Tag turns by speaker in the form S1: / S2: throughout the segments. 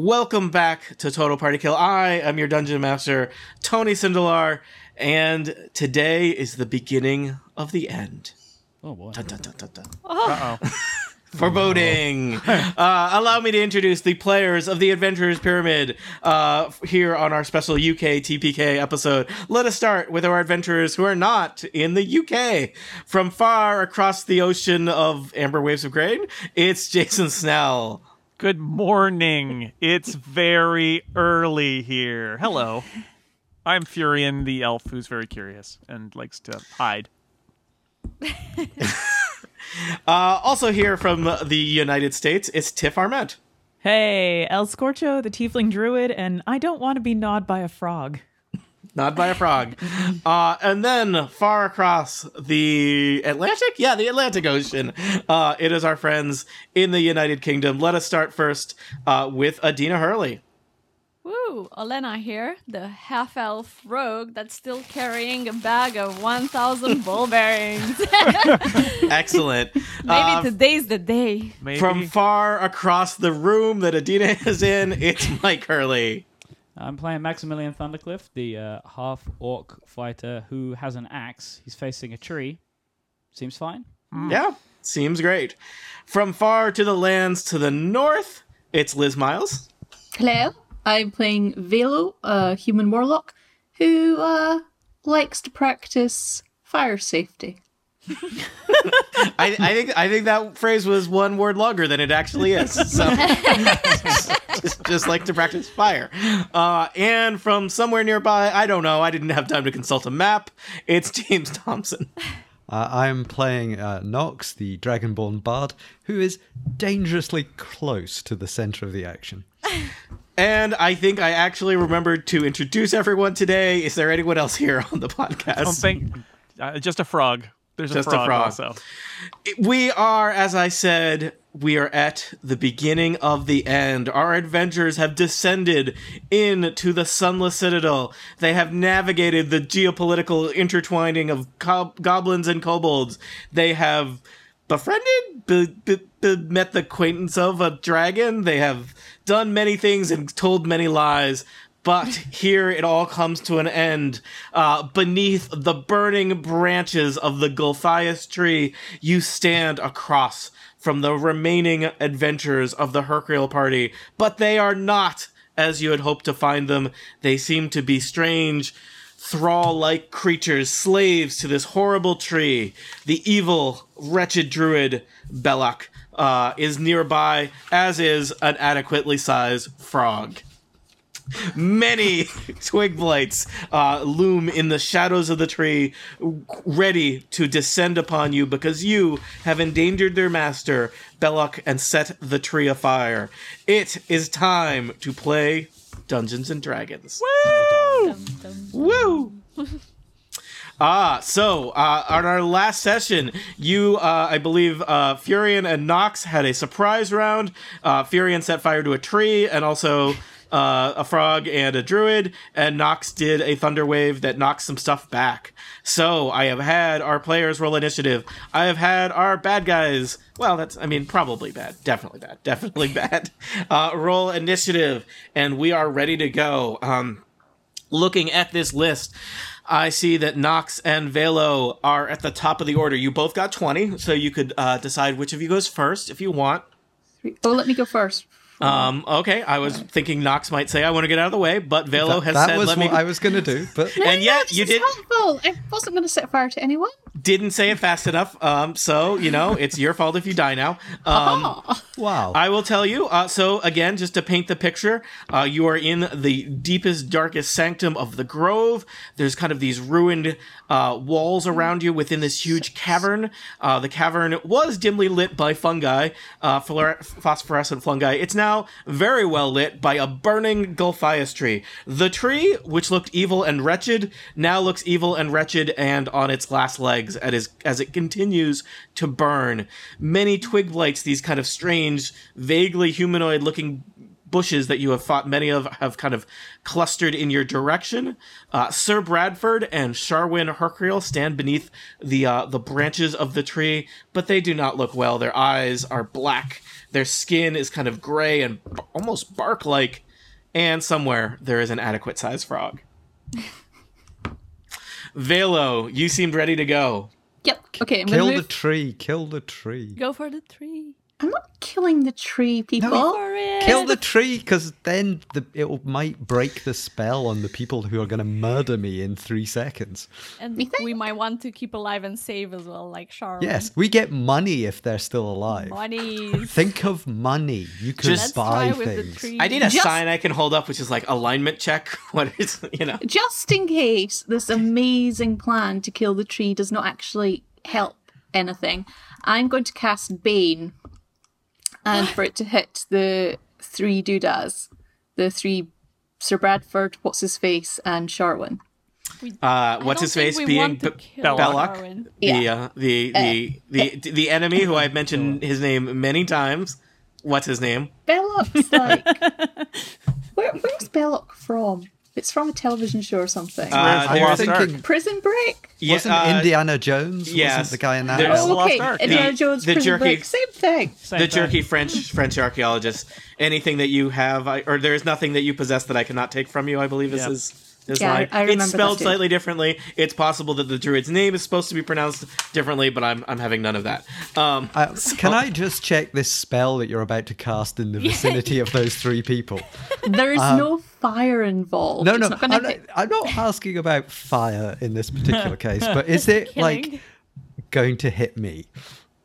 S1: Welcome back to Total Party Kill. I am your dungeon master, Tony Sindelar, and today is the beginning of the end.
S2: Oh boy.
S1: Dun, dun, dun, dun, dun.
S2: Uh oh.
S1: Foreboding. uh, allow me to introduce the players of the Adventurers Pyramid uh, f- here on our special UK TPK episode. Let us start with our adventurers who are not in the UK. From far across the ocean of amber waves of grain, it's Jason Snell.
S3: Good morning. It's very early here. Hello. I'm Furion the elf who's very curious and likes to hide.
S1: Uh, also here from the United States, it's Tiff Arment.
S4: Hey, El Scorcho, the tiefling druid, and I don't want to be gnawed by a frog.
S1: not by a frog. Uh, and then far across the Atlantic, yeah, the Atlantic Ocean, uh, it is our friends in the United Kingdom. Let us start first uh, with Adina Hurley.
S5: Woo! Olena here, the half elf rogue that's still carrying a bag of 1,000 ball bearings.
S1: Excellent.
S5: Maybe
S1: Uh,
S5: today's the day.
S3: Maybe.
S1: from far across the room that Adina is in, it's Mike Hurley.
S2: I'm playing Maximilian Thundercliff, the uh, half orc fighter who has an axe. He's facing a tree. Seems fine.
S1: Yeah, seems great. From far to the lands to the north, it's Liz Miles.
S6: Hello, I'm playing Velo, a human warlock who uh, likes to practice fire safety.
S1: I, I think I think that phrase was one word longer than it actually is. So just, just like to practice fire. Uh, and from somewhere nearby, I don't know. I didn't have time to consult a map. It's James Thompson.
S7: Uh, I'm playing uh, Nox, the Dragonborn bard, who is dangerously close to the center of the action.
S1: And I think I actually remembered to introduce everyone today. Is there anyone else here on the podcast?
S3: Don't think. Uh, just a frog. There's
S1: Just a
S3: a frog.
S1: frog.
S3: Also.
S1: we are, as I said, we are at the beginning of the end. Our adventurers have descended into the Sunless Citadel. They have navigated the geopolitical intertwining of co- goblins and kobolds. They have befriended, be- be- be- met the acquaintance of a dragon. They have done many things and told many lies. But here it all comes to an end. Uh, beneath the burning branches of the Gulthias tree, you stand across from the remaining adventurers of the Hercule party. But they are not as you had hoped to find them. They seem to be strange, thrall like creatures, slaves to this horrible tree. The evil, wretched druid, Belloc, uh, is nearby, as is an adequately sized frog. Many twig blights uh, loom in the shadows of the tree, w- ready to descend upon you because you have endangered their master, Belloc, and set the tree afire. It is time to play Dungeons and Dragons. Woo! Ah, so uh, on our last session, you, uh, I believe, uh, Furion and Nox had a surprise round. Uh, Furion set fire to a tree and also uh, a frog and a druid, and Nox did a thunder wave that knocked some stuff back. So I have had our players roll initiative. I have had our bad guys. Well, that's, I mean, probably bad. Definitely bad. Definitely bad. Uh, roll initiative, and we are ready to go. Um, looking at this list, I see that Nox and Velo are at the top of the order. You both got 20, so you could uh, decide which of you goes first if you want.
S6: Three- Oh, let me go first.
S1: Um, okay, I was thinking Nox might say, I want to get out of the way, but Velo has
S7: that
S1: said,
S7: was
S1: let
S7: what
S1: me.
S7: I was going to do, but
S1: and yet, you
S6: This
S1: did,
S6: is helpful. I wasn't going to set fire to anyone.
S1: didn't say it fast enough, um, so, you know, it's your fault if you die now. Um,
S6: oh,
S7: wow.
S1: I will tell you. Uh, so again, just to paint the picture, uh, you are in the deepest, darkest sanctum of the grove. There's kind of these ruined uh, walls around you within this huge cavern. Uh, the cavern was dimly lit by fungi, uh, fluor- phosphorescent fungi. It's now very well lit by a burning gulphias tree. The tree, which looked evil and wretched, now looks evil and wretched and on its last legs at is, as it continues to burn. Many twig blights, these kind of strange, vaguely humanoid looking bushes that you have fought, many of have kind of clustered in your direction. Uh, Sir Bradford and Sharwin Hercreel stand beneath the uh, the branches of the tree, but they do not look well. Their eyes are black, their skin is kind of gray and b- almost bark like, and somewhere there is an adequate sized frog. Velo, you seemed ready to go.
S6: Yep. Okay, I'm
S7: Kill
S6: gonna
S7: the
S6: move.
S7: tree. Kill the tree.
S5: Go for the tree.
S6: I'm not killing the tree, people.
S5: For it.
S7: Kill the tree, because then the, it will- might break the spell on the people who are going to murder me in three seconds.
S5: and
S6: You think?
S5: we might want to keep alive and save as well, like Sharon.
S7: Yes, we get money if they're still alive.
S5: Bodies.
S7: Think of money. You can
S1: Just-
S5: Let's
S7: buy
S5: try
S7: things.
S5: with the tree.
S1: I need a
S6: Just-
S1: sign I can hold up, which is like alignment check. What is you know?
S6: Just in case this amazing plan to kill the tree does not actually help anything, I'm going to cast Bane and for it to hit the three doodads, the three Sir Bradford, What's His Face, and Sharwin.
S1: Uh,
S5: I
S1: what's
S5: don't
S1: his
S5: think
S1: face
S5: we
S1: being
S5: want to
S1: B-
S5: kill
S1: Belloc,
S5: Sharwin.
S1: the, uh, the the the the enemy who I've mentioned his name many times. What's his name?
S6: Belloc's like. Where, where's Belloc from? It's from a television show or something.
S1: Uh,
S7: I
S1: there
S7: was
S1: is-
S3: Lost Ark.
S7: thinking,
S6: Prison Break?
S1: yeah,
S7: wasn't
S1: uh,
S7: Indiana Jones?
S1: yes,
S7: Wasn't the guy in that?
S1: there's-
S7: film?
S6: Oh, okay.
S3: Lost Ark.
S6: Indiana
S1: The-
S6: Jones,
S1: the
S6: Prison
S1: jerky-
S6: Break. Same thing.
S2: Same
S1: the
S2: thing.
S1: jerky French French archaeologist. Anything that you have, I, or there is nothing that you possess that I cannot take from you. I believe this
S3: Yeah.
S1: is this
S6: Yeah, I-
S1: line.
S6: I remember
S1: it's
S6: that
S1: spelled
S6: too.
S1: slightly differently. It's possible that the druid's name is supposed to be pronounced differently, but I'm I'm having none of that. Um,
S7: Uh, Can I just check this spell that you're about to cast in the vicinity of those three people?
S6: There is no fire involved.
S7: Um, No,
S6: It's
S7: no,
S6: not
S7: I'm
S6: gonna
S7: not,
S6: hit-
S7: I'm not asking about fire in this particular case, but is it like
S5: Killing.
S7: going to hit me?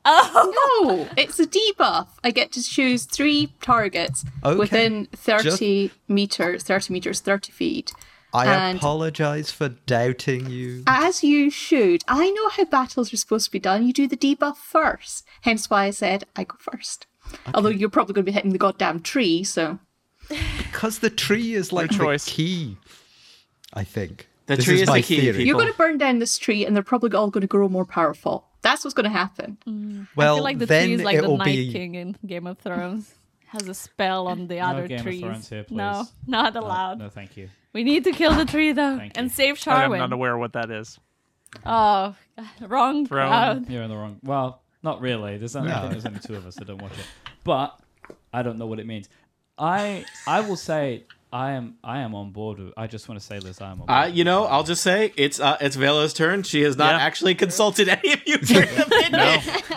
S6: No, it's a debuff. I get to choose three targets
S7: Okay.
S6: within 30 meters, 30 meters, 30 feet.
S7: I
S6: And-
S7: apologize for doubting you.
S6: As you should. I know how battles are supposed to be done. You do the debuff first. Hence why I said I go first. Although you're probably going to be hitting the goddamn tree, so.
S7: Because the tree is like the
S3: choice.
S7: key, I think.
S1: The
S7: This
S1: tree is the
S7: my
S1: key,
S7: theory.
S1: people.
S6: You're going to burn down this tree and they're probably all going to grow more powerful. That's what's going to happen.
S7: Well,
S5: I feel like the
S7: then
S5: tree is like
S7: it
S5: the
S7: will
S5: Night
S7: be.
S5: King in Game of Thrones. Has a spell on the other
S2: Game of
S5: trees.
S2: Thrones here,
S5: No,
S2: please.
S5: not allowed.
S2: No, thank you.
S5: We need to kill the tree though
S2: Thank you.
S5: and save
S3: Oh, I'm
S5: Charwin.
S3: not aware what that is.
S5: Oh,
S3: Throne.
S5: wrong crowd.
S2: You're in the wrong. Well, not really. There's only, I think there's only two of us that don't watch it, but I don't know what it means. I I will say I am I am on board. With, I just want to say this. I am on board.
S1: Uh,
S2: with
S1: you know,
S2: this.
S1: I'll just say it's uh, it's Velo's turn. She has not
S3: Yeah.
S1: actually consulted any of you during the midnight.
S2: No, I-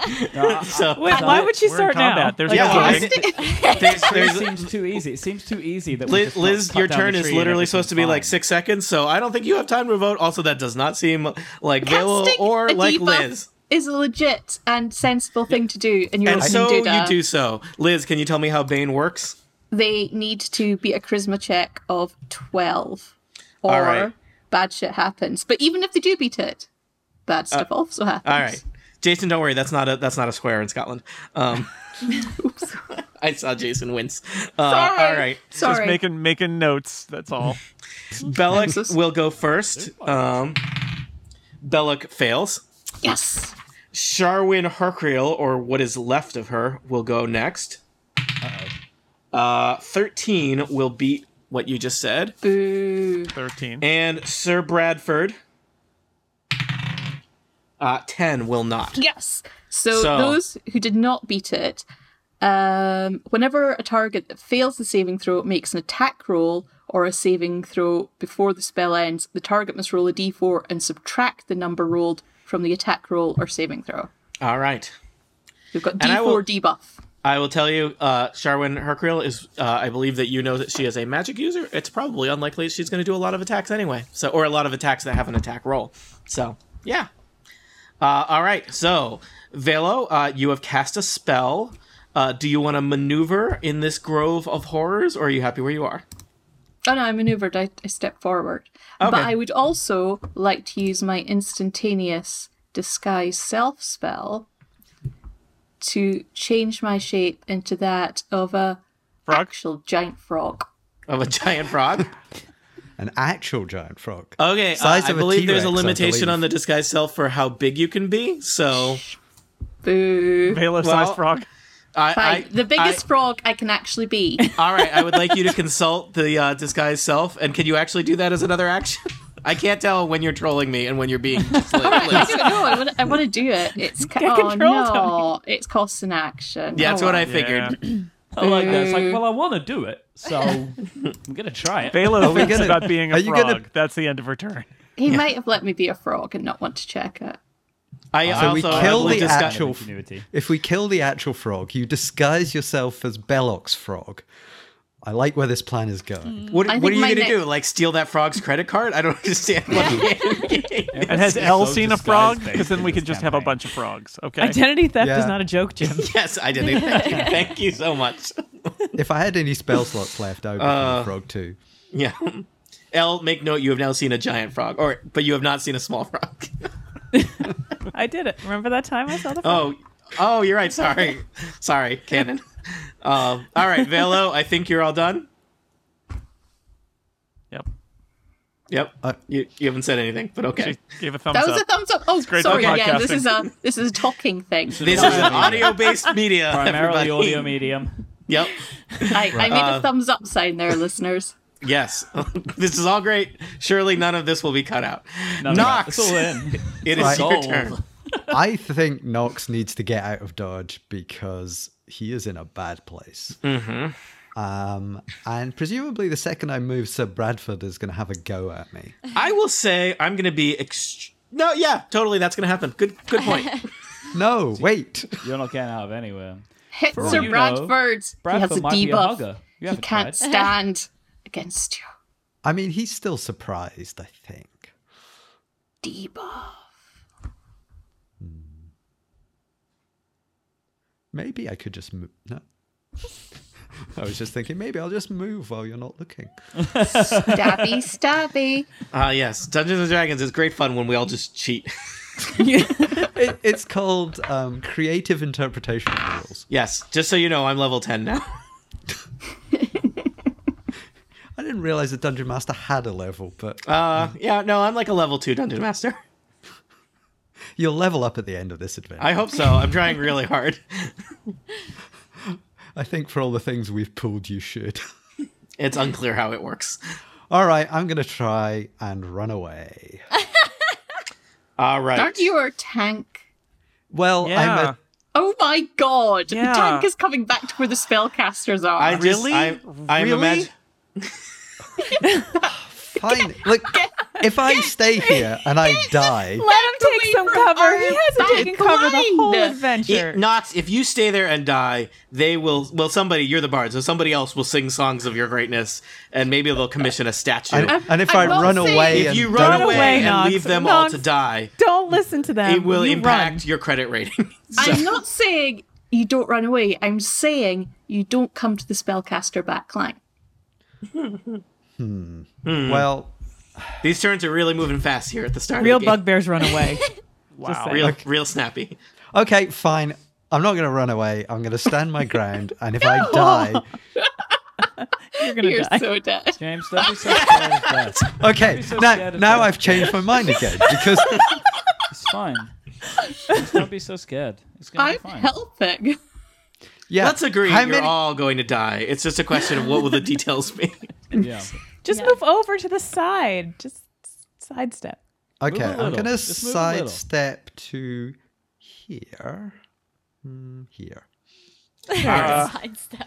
S1: So
S4: Wait, why would she
S3: We're
S4: start
S3: in combat.
S4: now?
S3: There's
S1: yeah,
S3: no
S1: I-
S3: voting.
S1: there's,
S2: it
S1: there's,
S2: seems too easy. It seems too easy that we
S1: Liz,
S2: just cut-
S1: Liz
S2: cut
S1: your
S2: down the
S1: turn is
S2: tree and
S1: literally
S2: everything's
S1: supposed to be like
S2: fine.
S1: six seconds, so I don't think you have time to vote. Also, that does not seem like Velo
S6: Casting
S1: or
S6: a
S1: like
S6: debuff
S1: Liz.
S6: is a legit and sensible thing to do, and you're
S1: And
S6: listening
S1: so
S6: to
S1: you
S6: that.
S1: do so. Liz, can you tell me how Bane works?
S6: They need to be a charisma check of twelve, or
S1: All right.
S6: bad shit happens. But even if they do beat it, bad stuff also happens.
S1: Uh, All right, Jason, don't worry. That's not a that's not a swear in Scotland. Um, I saw Jason wince. Uh,
S6: Sorry.
S1: All right,
S6: Sorry.
S3: Just making making notes. That's all.
S1: Belloc
S6: This is-
S1: will go first. Um, Belloc fails.
S6: yes.
S1: Sharwin Hercreel, or what is left of her, will go next. Uh, 13 will beat what you just said.
S6: Boo.
S3: Thirteen.
S1: And Sir Bradford, uh, 10 will not.
S6: Yes. So,
S1: So-
S6: those who did not beat it, um, whenever a target that fails the saving throw makes an attack roll or a saving throw before the spell ends, the target must roll a d4 and subtract the number rolled from the attack roll or saving throw.
S1: All right.
S6: We've got
S1: And I
S6: d4
S1: will-
S6: debuff.
S1: I will tell you, uh, Sharwin Hercreel is, uh, I believe that you know that she is a magic user. It's probably unlikely she's going to do a lot of attacks anyway. So, or a lot of attacks that have an attack roll. So, yeah. Uh, all right. So, Velo, uh, you have cast a spell. Uh, do you want to maneuver in this grove of horrors, or are you happy where you are?
S6: Oh no, I maneuvered. I, I stepped forward. But
S1: Okay.
S6: I would also like to use my instantaneous disguise self spell to change my shape into that of a
S3: Frog?
S6: actual giant frog.
S1: Of a giant frog?
S7: An actual giant frog.
S1: Okay, uh,
S7: Size
S1: I
S7: of a
S1: believe there's a
S7: T-Rex, I
S1: limitation
S7: believe.
S1: on the disguise self for how big you can be. So
S6: Boo.
S3: Vela
S1: Well-
S3: size frog.
S1: I,
S6: Fine.
S1: I-
S6: the biggest
S1: I-
S6: frog I can actually be.
S1: all right, I would like you to consult the uh, disguise self, and can you actually do that as another action? I can't tell when you're trolling me and when you're being slick.
S6: I
S1: please.
S6: don't know. I want, I want to do it. It's ca-
S4: Get
S6: oh,
S4: control,
S6: no. It's cost an action.
S1: Yeah, that's
S6: Oh,
S1: what
S6: well.
S1: I figured.
S2: I like that. It's like, well, I want to do it, so I'm gonna try it.
S3: Bela
S7: we
S3: thinks
S7: gonna-
S3: about being a
S7: are you
S3: frog.
S7: gonna-
S3: That's the end of her turn.
S6: He might have let me be a frog and not want to check it.
S1: I
S7: So we
S1: also uh,
S7: kill
S1: will
S7: the
S1: discuss-
S7: actual. f-
S2: Ingenuity.
S7: If we kill the actual frog, you disguise yourself as Belloc's frog. I like where this plan is going.
S1: What,
S6: I
S1: what are
S6: think
S1: you
S6: my
S1: going to
S6: ne-
S1: do? Like steal that frog's credit card? I don't understand. What
S3: And has Elle seen a frog? Because then we could just have a bunch of frogs. Okay.
S4: Identity theft
S7: Yeah.
S4: is not a joke, Jim.
S1: yes, I did. Thank you. Thank you so much.
S7: If I had any spell slots left, I would become a frog too.
S1: Yeah. L, make note. You have now seen a giant frog, or but you have not seen a small frog.
S4: I did it. Remember that time I saw the frog?
S1: Oh, oh, you're right. Sorry, sorry, Canon. Um, all right, Velo. I think you're all done.
S3: Yep.
S1: Yep.
S7: Uh,
S1: you, you haven't said anything, but okay.
S3: She gave a thumbs
S6: That was a
S3: up.
S6: thumbs up. Oh,
S3: great
S6: sorry. Yeah,
S3: podcasting.
S6: this is a this is a talking thing.
S1: This is an audio-based media.
S2: Primarily
S1: everybody.
S2: audio medium.
S1: Yep.
S6: I, I made
S1: Uh,
S6: a thumbs up sign there, listeners.
S1: Yes. this is all great. Surely none of this will be cut out.
S2: None of that.
S1: Knox,
S2: It's all in.
S1: it is your
S2: Sold.
S1: turn.
S7: I think Knox needs to get out of Dodge because he is in a bad place. Um, and presumably, the second I move, Sir Bradford is going to have a go at me.
S1: I will say I'm going to be. Ext- no, yeah, totally. That's going to happen. Good, good point.
S7: No, wait.
S2: You're not getting out of anywhere.
S6: Hit
S2: for all
S6: Sir
S2: you know,
S6: Bradford. he has
S2: Bradford
S6: a
S2: might be a
S6: debuff.
S2: hugger. You
S6: he
S2: haven't
S6: can't
S2: tried.
S6: stand against you.
S7: I mean, he's still surprised, I think.
S6: Debuff.
S7: Maybe I could just move. No. I was just thinking, maybe I'll just move while you're not looking.
S6: Stabby, stabby.
S1: Ah, yes. Dungeons and Dragons is great fun when we all just cheat.
S7: It, it's called um, creative interpretation of rules.
S1: yes. Just so you know, I'm level 10 now.
S7: I didn't realize the Dungeon Master had a level, but
S1: Uh, yeah, no, I'm like a level 2 Dungeon Master.
S7: you'll level up at the end of this adventure.
S1: I hope so. I'm trying really hard.
S7: I think for all the things we've pulled, you should.
S1: It's unclear how it works.
S7: All right, I'm going to try and run away.
S1: All right.
S6: Aren't you our tank?
S7: Well, I'm
S3: Yeah.
S7: a,
S6: Oh my god!
S3: Yeah.
S6: The tank is coming back to where the spellcasters are.
S1: I just,
S3: Really?
S1: I, I'm
S3: Really?
S1: imag-
S7: fine. Look, if I stay here and I die,
S6: Let him
S4: Take some cover. He hasn't taken cover the whole
S1: It-
S4: adventure.
S1: Knox, if you stay there and die, they will. Well, somebody, you're the bard, so somebody else will sing songs of your greatness, and maybe they'll commission a statue.
S7: and, and if I,
S6: I won't
S7: run
S6: say-
S7: away,
S1: if you
S7: and
S1: run
S7: don't-
S1: away,
S4: away,
S1: and
S4: Knox.
S1: leave them all
S4: Knox.
S1: to die,
S4: Don't listen to them.
S1: it will
S4: Um, You
S1: impact
S4: run.
S1: your credit rating. So-
S6: I'm not saying you don't run away. I'm saying you don't come to the spellcaster backline.
S7: well,
S1: These turns are really moving fast here at the start.
S4: Real
S1: of the game.
S4: bugbears run away.
S3: Wow.
S4: saying.
S1: real, real snappy.
S7: okay, fine. I'm not going to run away. I'm going to stand my ground, and if I die,
S4: You're gonna
S6: You're
S4: die.
S6: so dead.
S2: James, don't be so scared of death.
S7: okay.
S2: so
S7: now,
S2: scared of
S7: now
S2: that.
S7: I've changed my mind again because
S2: It's fine. Just don't be so scared. It's gonna
S6: I'm
S2: be fine.
S6: helping.
S7: yeah,
S1: Let's agree.
S7: How
S1: you're
S7: many-
S1: all going to die. It's just a question of what will the details be.
S2: Yeah.
S4: Just move over to the side. Just s- sidestep.
S7: Okay,
S2: a
S7: I'm
S2: little.
S7: going to
S2: Just move a little.
S7: sidestep to here, Hmm, here,
S5: Sidestep.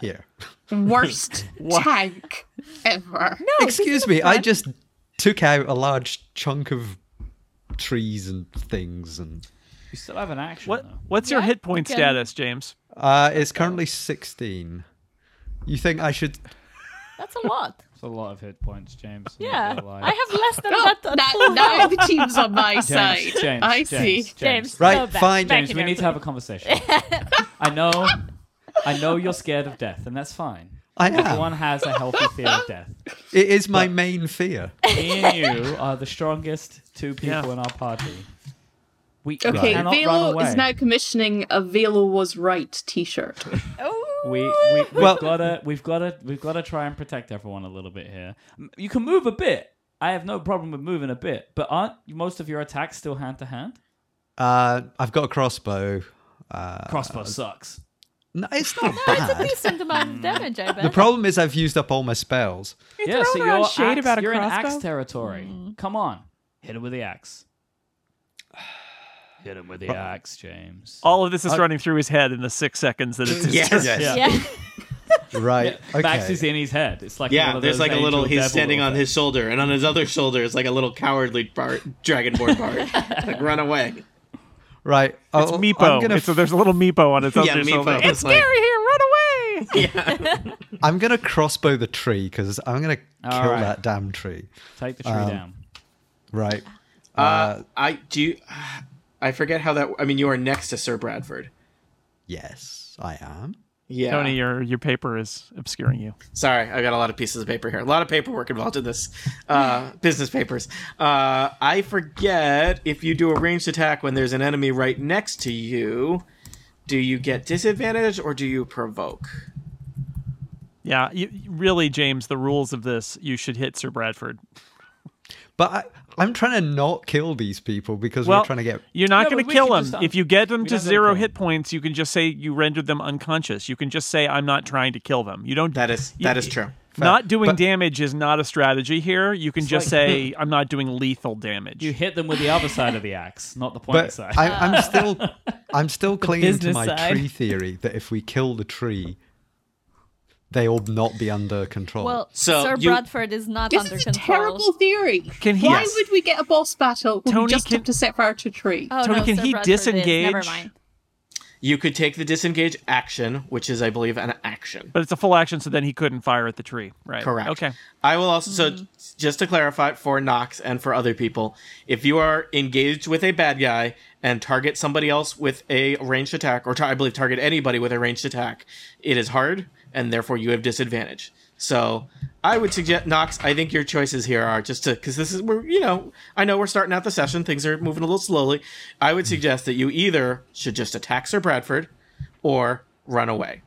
S7: here.
S2: Oh,
S6: Worst tank ever.
S4: No, just
S7: Excuse me, I just took out a large chunk of trees and things, and
S2: You still have an action
S3: What?
S2: though.
S3: What's your
S5: Yeah,
S3: hit point
S5: okay.
S3: status, James?
S7: uh, it's currently 16. You think I should?
S5: That's a lot.
S2: It's a lot of hit points, James. I'm not
S5: Yeah.
S2: gonna lie.
S5: I have less than
S6: No,
S5: that. on
S6: now,
S5: full
S6: now
S5: health.
S6: the team's on my side.
S2: James, James,
S6: I
S2: James,
S6: see.
S2: James,
S5: James,
S7: Right,
S5: no, back,
S7: fine.
S5: back
S2: James,
S5: in
S2: we
S5: there,
S2: need to have a conversation. I know, I know you're scared of death, and that's fine.
S7: I am.
S2: Everyone has a healthy fear of death.
S7: It is my main fear.
S2: Me and you are the strongest two people
S3: Yeah.
S2: in our party. We
S6: Okay,
S2: cannot run
S6: Velo
S2: away.
S6: is now commissioning a Velo was right t-shirt.
S5: Oh.
S2: we, we we've
S7: Well-
S2: gotta we've gotta we've gotta try and protect everyone a little bit here. M- You can move a bit. I have no problem with moving a bit, but aren't most of your attacks still hand to hand?
S7: Uh, I've got a crossbow.
S2: Crossbow sucks.
S7: No, it's not
S5: It's a
S7: bad.
S5: decent amount of damage, I bet.
S7: The problem is I've used up all my spells.
S2: yeah, so
S4: throwing
S2: you're,
S4: around shade
S2: axe-
S4: about a
S2: you're in axe
S4: crossbow? Mm-hmm.
S2: territory. Come on, hit him with the axe. Hit him with the axe, James.
S3: All of this is running through his head in the six seconds that it's his
S1: Yes.
S3: turn.
S1: yes.
S2: Yeah.
S5: yeah.
S7: Right. Okay.
S2: Max is in his head. It's like one
S1: Yeah,
S2: of
S1: there's
S2: those
S1: like a little.
S2: angel
S1: He's
S2: devil
S1: standing on
S2: effects.
S1: his shoulder, and on his other shoulder is like a little cowardly bart, dragonborn bard. like run away.
S7: Right.
S3: It's
S7: I'll- Oh, I'm
S3: Meepo.
S7: gonna,
S3: It's- so there's a little Meepo on its other
S1: yeah,
S3: shoulder.
S1: Meepo.
S3: It's
S1: It's like,
S3: scary here. Run away.
S7: I'm gonna crossbow the tree because I'm gonna
S2: All
S7: kill
S2: right.
S7: that damn tree.
S2: Take the tree down.
S7: Right.
S1: uh, I do. You, I forget how that. I mean, you are next to Sir Bradford.
S7: Yes, I am.
S1: Yeah.
S3: Tony, your your paper is obscuring you.
S1: Sorry, I got a lot of pieces of paper here. A lot of paperwork involved in this. Uh, business papers. Uh, I forget if you do a ranged attack when there's an enemy right next to you. Do you get disadvantage or do you provoke?
S3: Yeah, you, really, James. The rules of this, you should hit Sir Bradford.
S7: But I, I'm trying to not kill these people because
S3: Well,
S7: we're trying to get.
S3: you're not
S2: No,
S3: going
S2: but we
S3: to kill
S2: can
S3: them.
S2: just, um,
S3: if you get them
S2: we
S3: to
S2: don't really
S3: zero
S2: kill 'em.
S3: hit points, you can just say you rendered them unconscious. You can just say I'm not trying to kill them. You don't.
S1: That is
S3: you-
S1: that is true.
S3: Not doing
S7: But-
S3: damage is not a strategy here. You can just
S2: like-
S3: say I'm not doing lethal damage.
S2: You hit them with the other side of the axe, not the pointy
S7: But
S2: side.
S7: I, I'm still, I'm still clinging to
S4: business
S7: my
S4: side.
S7: tree theory that if we kill the tree, they will not be under control.
S5: Well,
S1: So
S5: Sir
S1: you-
S5: Bradford is not
S6: This
S5: under
S6: is a
S5: control.
S6: terrible theory.
S3: Can he-
S6: Why
S3: Yes.
S6: would we get a boss battle when
S3: Tony,
S6: we just
S3: can-
S6: have to set fire to a tree?
S5: Oh,
S3: Tony,
S5: no,
S3: can
S5: Sir
S3: he
S5: Bradford is. Never
S3: disengage?
S5: mind.
S1: You could take the disengage action, which is I believe an action.
S3: but it's a full action, so then he couldn't fire at the tree, right?
S1: Correct.
S3: Okay.
S1: I will also so just to clarify for Knox and for other people, if you are engaged with a bad guy and target somebody else with a ranged attack, or tar- I believe target anybody with a ranged attack, it is hard and therefore you have disadvantage. So I would suggest Knox. I think your choices here are just to because this is we're you know I know we're starting out the session, things are moving a little slowly. I
S3: Mm-hmm.
S1: would suggest that you either should just attack Sir Bradford or run away.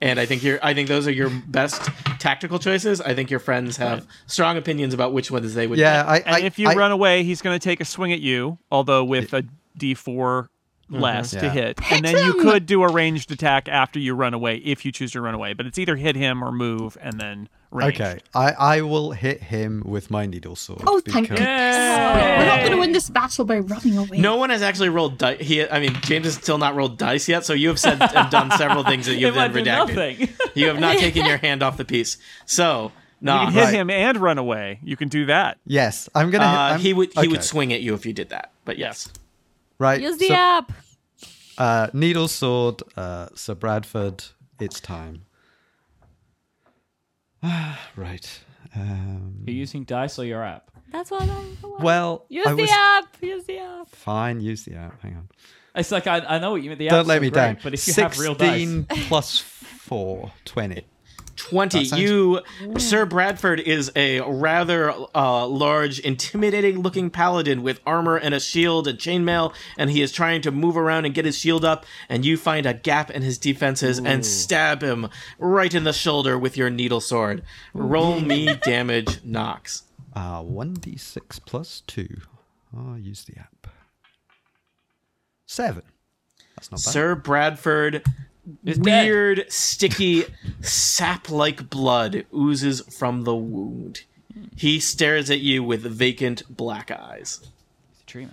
S1: And I think you're, I think those are your best tactical choices. I think your friends have strong opinions about which ones they would.
S7: yeah, I,
S3: And
S7: I,
S3: if you
S7: I-
S3: run away, he's going to take a swing at you, although with a D4
S5: Mm-hmm.
S3: less to
S7: Yeah.
S3: hit. and then you could do a ranged attack after you run away if you choose to run away. But it's either hit him or move and then range.
S7: okay, I, I will hit him with my needle sword.
S6: Oh, thank
S7: because-
S6: We're not going to win this battle by running away.
S1: No one has actually rolled dice. He, I mean, James has still not rolled dice yet. So you have said and done several things that you've
S2: It might
S1: then
S2: do
S1: redacted.
S2: nothing.
S1: You have not taken your hand off the piece. So
S3: You
S1: no,
S3: can hit
S7: Uh, Right.
S3: him and run away. You can do that.
S7: Yes, I'm gonna. hit-
S1: uh,
S7: I'm-
S1: he would he
S7: okay,
S1: would swing at you if you did that. But yes,
S7: Right.
S5: Use the
S7: so,
S5: app.
S7: uh, needle sword, uh, Sir Bradford. It's time. right. Um,
S2: You're using dice or your app.
S5: That's what I want.
S7: well,
S5: Use
S7: I
S5: the
S7: was
S5: app. Use the app.
S7: fine. Use the app. Hang on.
S2: It's like I, I know what you mean. The
S7: Don't
S2: app's
S7: let
S2: are
S7: me
S2: great,
S7: down.
S2: But if you have real dice,
S7: 16 plus 4, 20.
S1: twenty.
S7: That sounds-
S1: You, Sir Bradford, is a rather uh, large, intimidating-looking paladin with armor and a shield and chainmail, and he is trying to move around and get his shield up. And you find a gap in his defenses and stab him right in the shoulder with your needle sword. Roll me damage, Knox.
S7: Uh, 1d6 plus 2. I'll use the app. 7. That's not bad.
S1: Sir Bradford,
S2: It's dead.
S1: weird, sticky, sap like blood oozes from the wound. He stares at you with vacant black eyes.
S2: it's a tree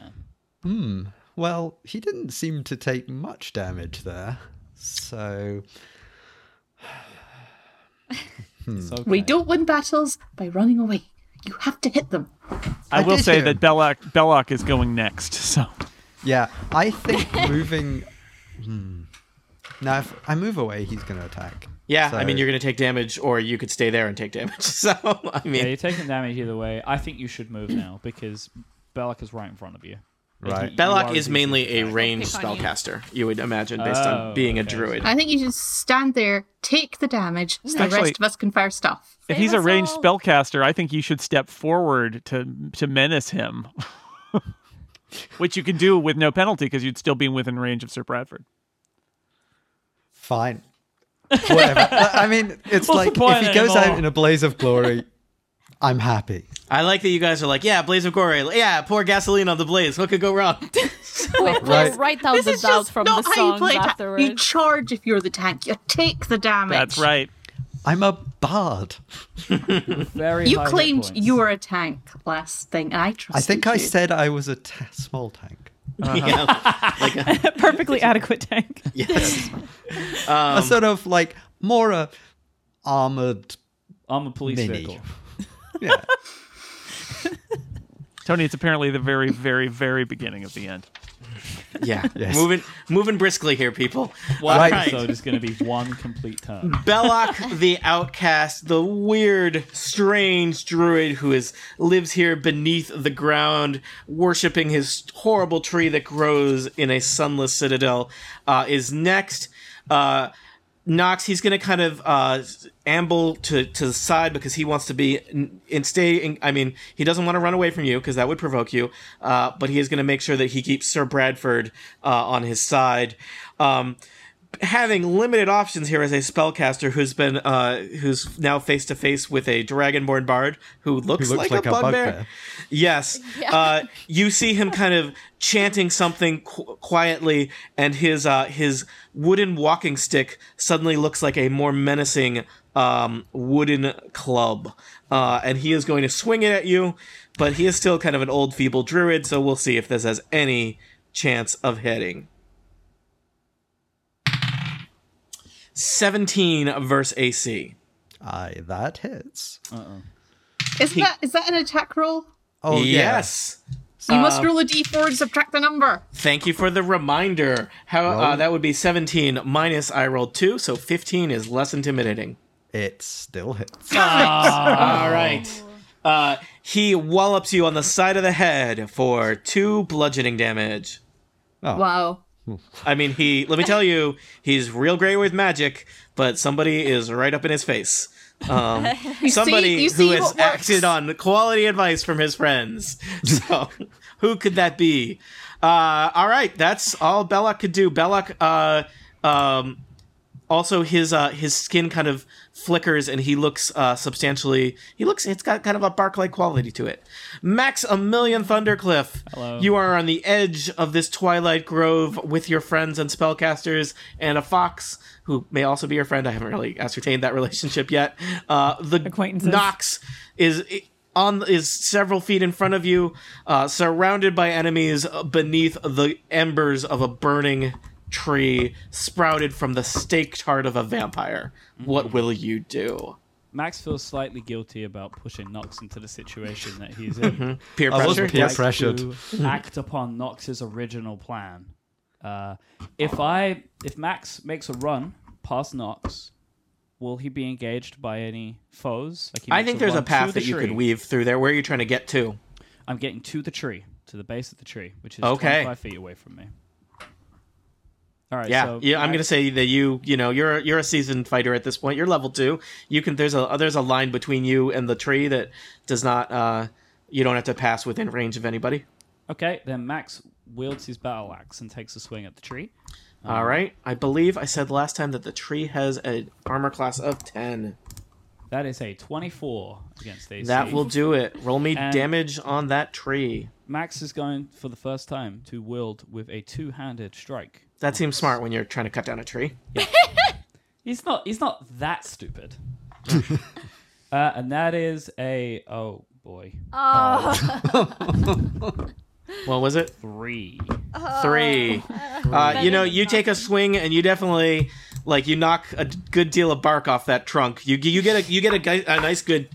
S2: man.
S7: Well, he didn't seem to take much damage there. So,
S2: It's okay.
S6: We don't win battles by running away. You have to hit them.
S3: I,
S7: I
S3: will
S7: did
S3: say
S7: hit him.
S3: that Belloc, Belloc is going next. So
S7: yeah, I think moving. Hmm. Now, if I move away, he's going to attack.
S1: Yeah,
S7: So-
S1: I mean, you're going to take damage, or you could stay there and take damage. So, I
S2: Yeah,
S1: mean,
S2: you're taking damage either way. I think you should move now because Belloc is right in front of you. Like,
S7: Right.
S2: you- you
S1: Belloc
S2: are
S1: is
S2: resistant.
S1: mainly a ranged
S5: pick on you.
S1: spellcaster, you would imagine, based
S2: Oh,
S1: on being a
S2: okay.
S1: druid.
S6: I think you should stand there, take the damage, so the
S3: Actually-
S6: rest of us can fire stuff.
S3: if
S5: Save
S3: he's a
S5: us
S3: ranged
S5: all.
S3: spellcaster, I think you should step forward to to menace him. Which you can do with no penalty because you'd still be within range of Sir Bradford.
S7: Fine. Whatever. I mean,
S2: What's
S7: it's
S2: the
S7: like
S2: point
S7: if he goes
S2: anymore?
S7: out in a blaze of glory, I'm happy.
S1: I like that you guys are like, yeah, blaze of glory. Yeah, pour gasoline on the blaze. What could go wrong?
S5: We
S7: Right.
S5: right. write down the doubts from the songs
S6: ta-
S5: afterwards.
S6: You charge if you're the tank. You take the damage.
S3: That's right.
S7: I'm a bard.
S2: Very
S6: You
S2: high hit
S6: claimed
S2: points.
S6: you were a tank last thing. I trust.
S7: I think I said I was a ta small tank.
S2: Uh-huh.
S1: Yeah.
S4: Perfectly adequate tank.
S1: Yes. Um,
S7: a sort of like more a armored
S2: I'm a police
S7: mini.
S2: vehicle.
S7: yeah.
S3: Tony, it's apparently the very, very, very beginning of the end.
S1: Yeah.
S7: Yes.
S1: Moving moving briskly here, people.
S2: One
S7: Right.
S2: episode is going to be one complete turn.
S1: Belloc the outcast, the weird, strange druid who is lives here beneath the ground, worshiping his horrible tree that grows in a sunless citadel, uh, is next. Uh, Nox, he's gonna kind of uh, amble to, to the side because he wants to be in, in stay. In, I mean, he doesn't want to run away from you because that would provoke you. Uh, but he is gonna make sure that he keeps Sir Bradford uh, on his side. Um, having limited options here as a spellcaster who's been uh who's now face to face with a dragonborn bard who looks,
S7: looks
S1: like,
S7: like
S1: a,
S7: a
S1: bugbear.
S7: bugbear.
S1: Yes. Uh you see him kind of chanting something qu- quietly and his uh his wooden walking stick suddenly looks like a more menacing um wooden club. Uh and he is going to swing it at you, but he is still kind of an old feeble druid, so we'll see if this has any chance of hitting. 17 verse AC.
S7: I that hits.
S6: Isn't that is that an attack roll?
S7: Oh yes.
S1: yes.
S6: You
S2: Uh,
S6: must roll a d4 and subtract the number.
S1: Thank you for the reminder. How uh,
S7: Roll.
S1: that would be 17 minus I rolled 2, so 15 is less intimidating.
S7: It still hits.
S1: All right. Uh, he wallops you on the side of the head for 2 bludgeoning damage.
S6: Wow.
S1: I mean, he let me tell you, he's real great with magic, but somebody is right up in his face. Um, somebody
S6: you see
S1: who has
S6: what works.
S1: acted on quality advice from his friends. So, who could that be? Uh, all right, that's all Belloc could do. Belloc, uh, um, also his uh, his skin kind of flickers, and he looks uh, substantially. He looks. It's got kind of a bark-like quality to it. Max, a million Thundercliff.
S2: Hello.
S1: You are on the edge of this twilight grove with your friends and spellcasters, and a fox who may also be your friend. I haven't really ascertained that relationship yet. Uh, the
S4: Acquaintances.
S1: Knox is on is several feet in front of you, uh, surrounded by enemies uh, beneath the embers of a burning tree sprouted from the staked heart of a vampire. What will you do?
S2: Max feels slightly guilty about pushing Knox into the situation that he's in.
S1: Peer
S7: I was
S1: pressure.
S7: peer
S2: like
S7: pressured.
S2: to act upon Knox's original plan. Uh, if I if Max makes a run past Knox, will he be engaged by any foes? Like he
S1: I
S2: makes
S1: think there's a
S2: run to
S1: path
S2: the
S1: that you could
S2: tree.
S1: weave through there. Where are you trying to get to?
S2: I'm getting to the tree, to the base of the tree, which is
S1: Okay.
S2: 25 feet away from me. All right.
S1: Yeah,
S2: so
S1: yeah. I'm
S2: Max-
S1: gonna say that you, you know, you're you're a seasoned fighter at this point. You're level two. You can there's a there's a line between you and the tree that does not. uh You don't have to pass within range of anybody.
S2: Okay, then Max wields his battle axe and takes a swing at the tree.
S1: All right. I believe I said last time that the tree has an armor class of ten.
S2: That is a 24 against AC.
S1: That will do it. Roll me
S2: And-
S1: damage on that tree.
S2: Max is going for the first time to wield with a two-handed strike.
S1: That seems smart when you're trying to cut down a tree.
S2: He's not. He's not that stupid. uh, and that is a oh boy
S5: oh,
S1: What was it?
S2: three.
S1: Three. Uh, you know, you take a swing and you definitely like you knock a d- good deal of bark off that trunk. You you get a you get a, gui- a nice good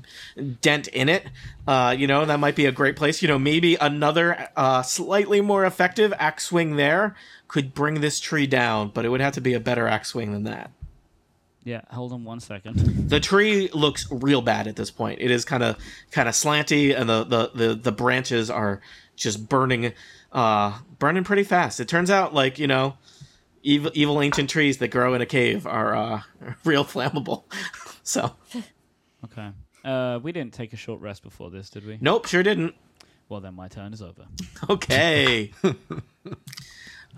S1: dent in it. Uh, you know that might be a great place. You know maybe another uh, slightly more effective axe swing there could bring this tree down, but it would have to be a better axe swing than that.
S2: Yeah, hold on one second.
S1: The tree looks real bad at this point. It is kind of kind of slanty, and the, the the the branches are just burning, uh, burning pretty fast. It turns out, like you know, evil evil ancient trees that grow in a cave are uh, real flammable. so
S2: Okay. Uh, we didn't take a short rest before this, did we?
S1: nope, sure didn't.
S2: Well, then my turn is over.
S1: Okay.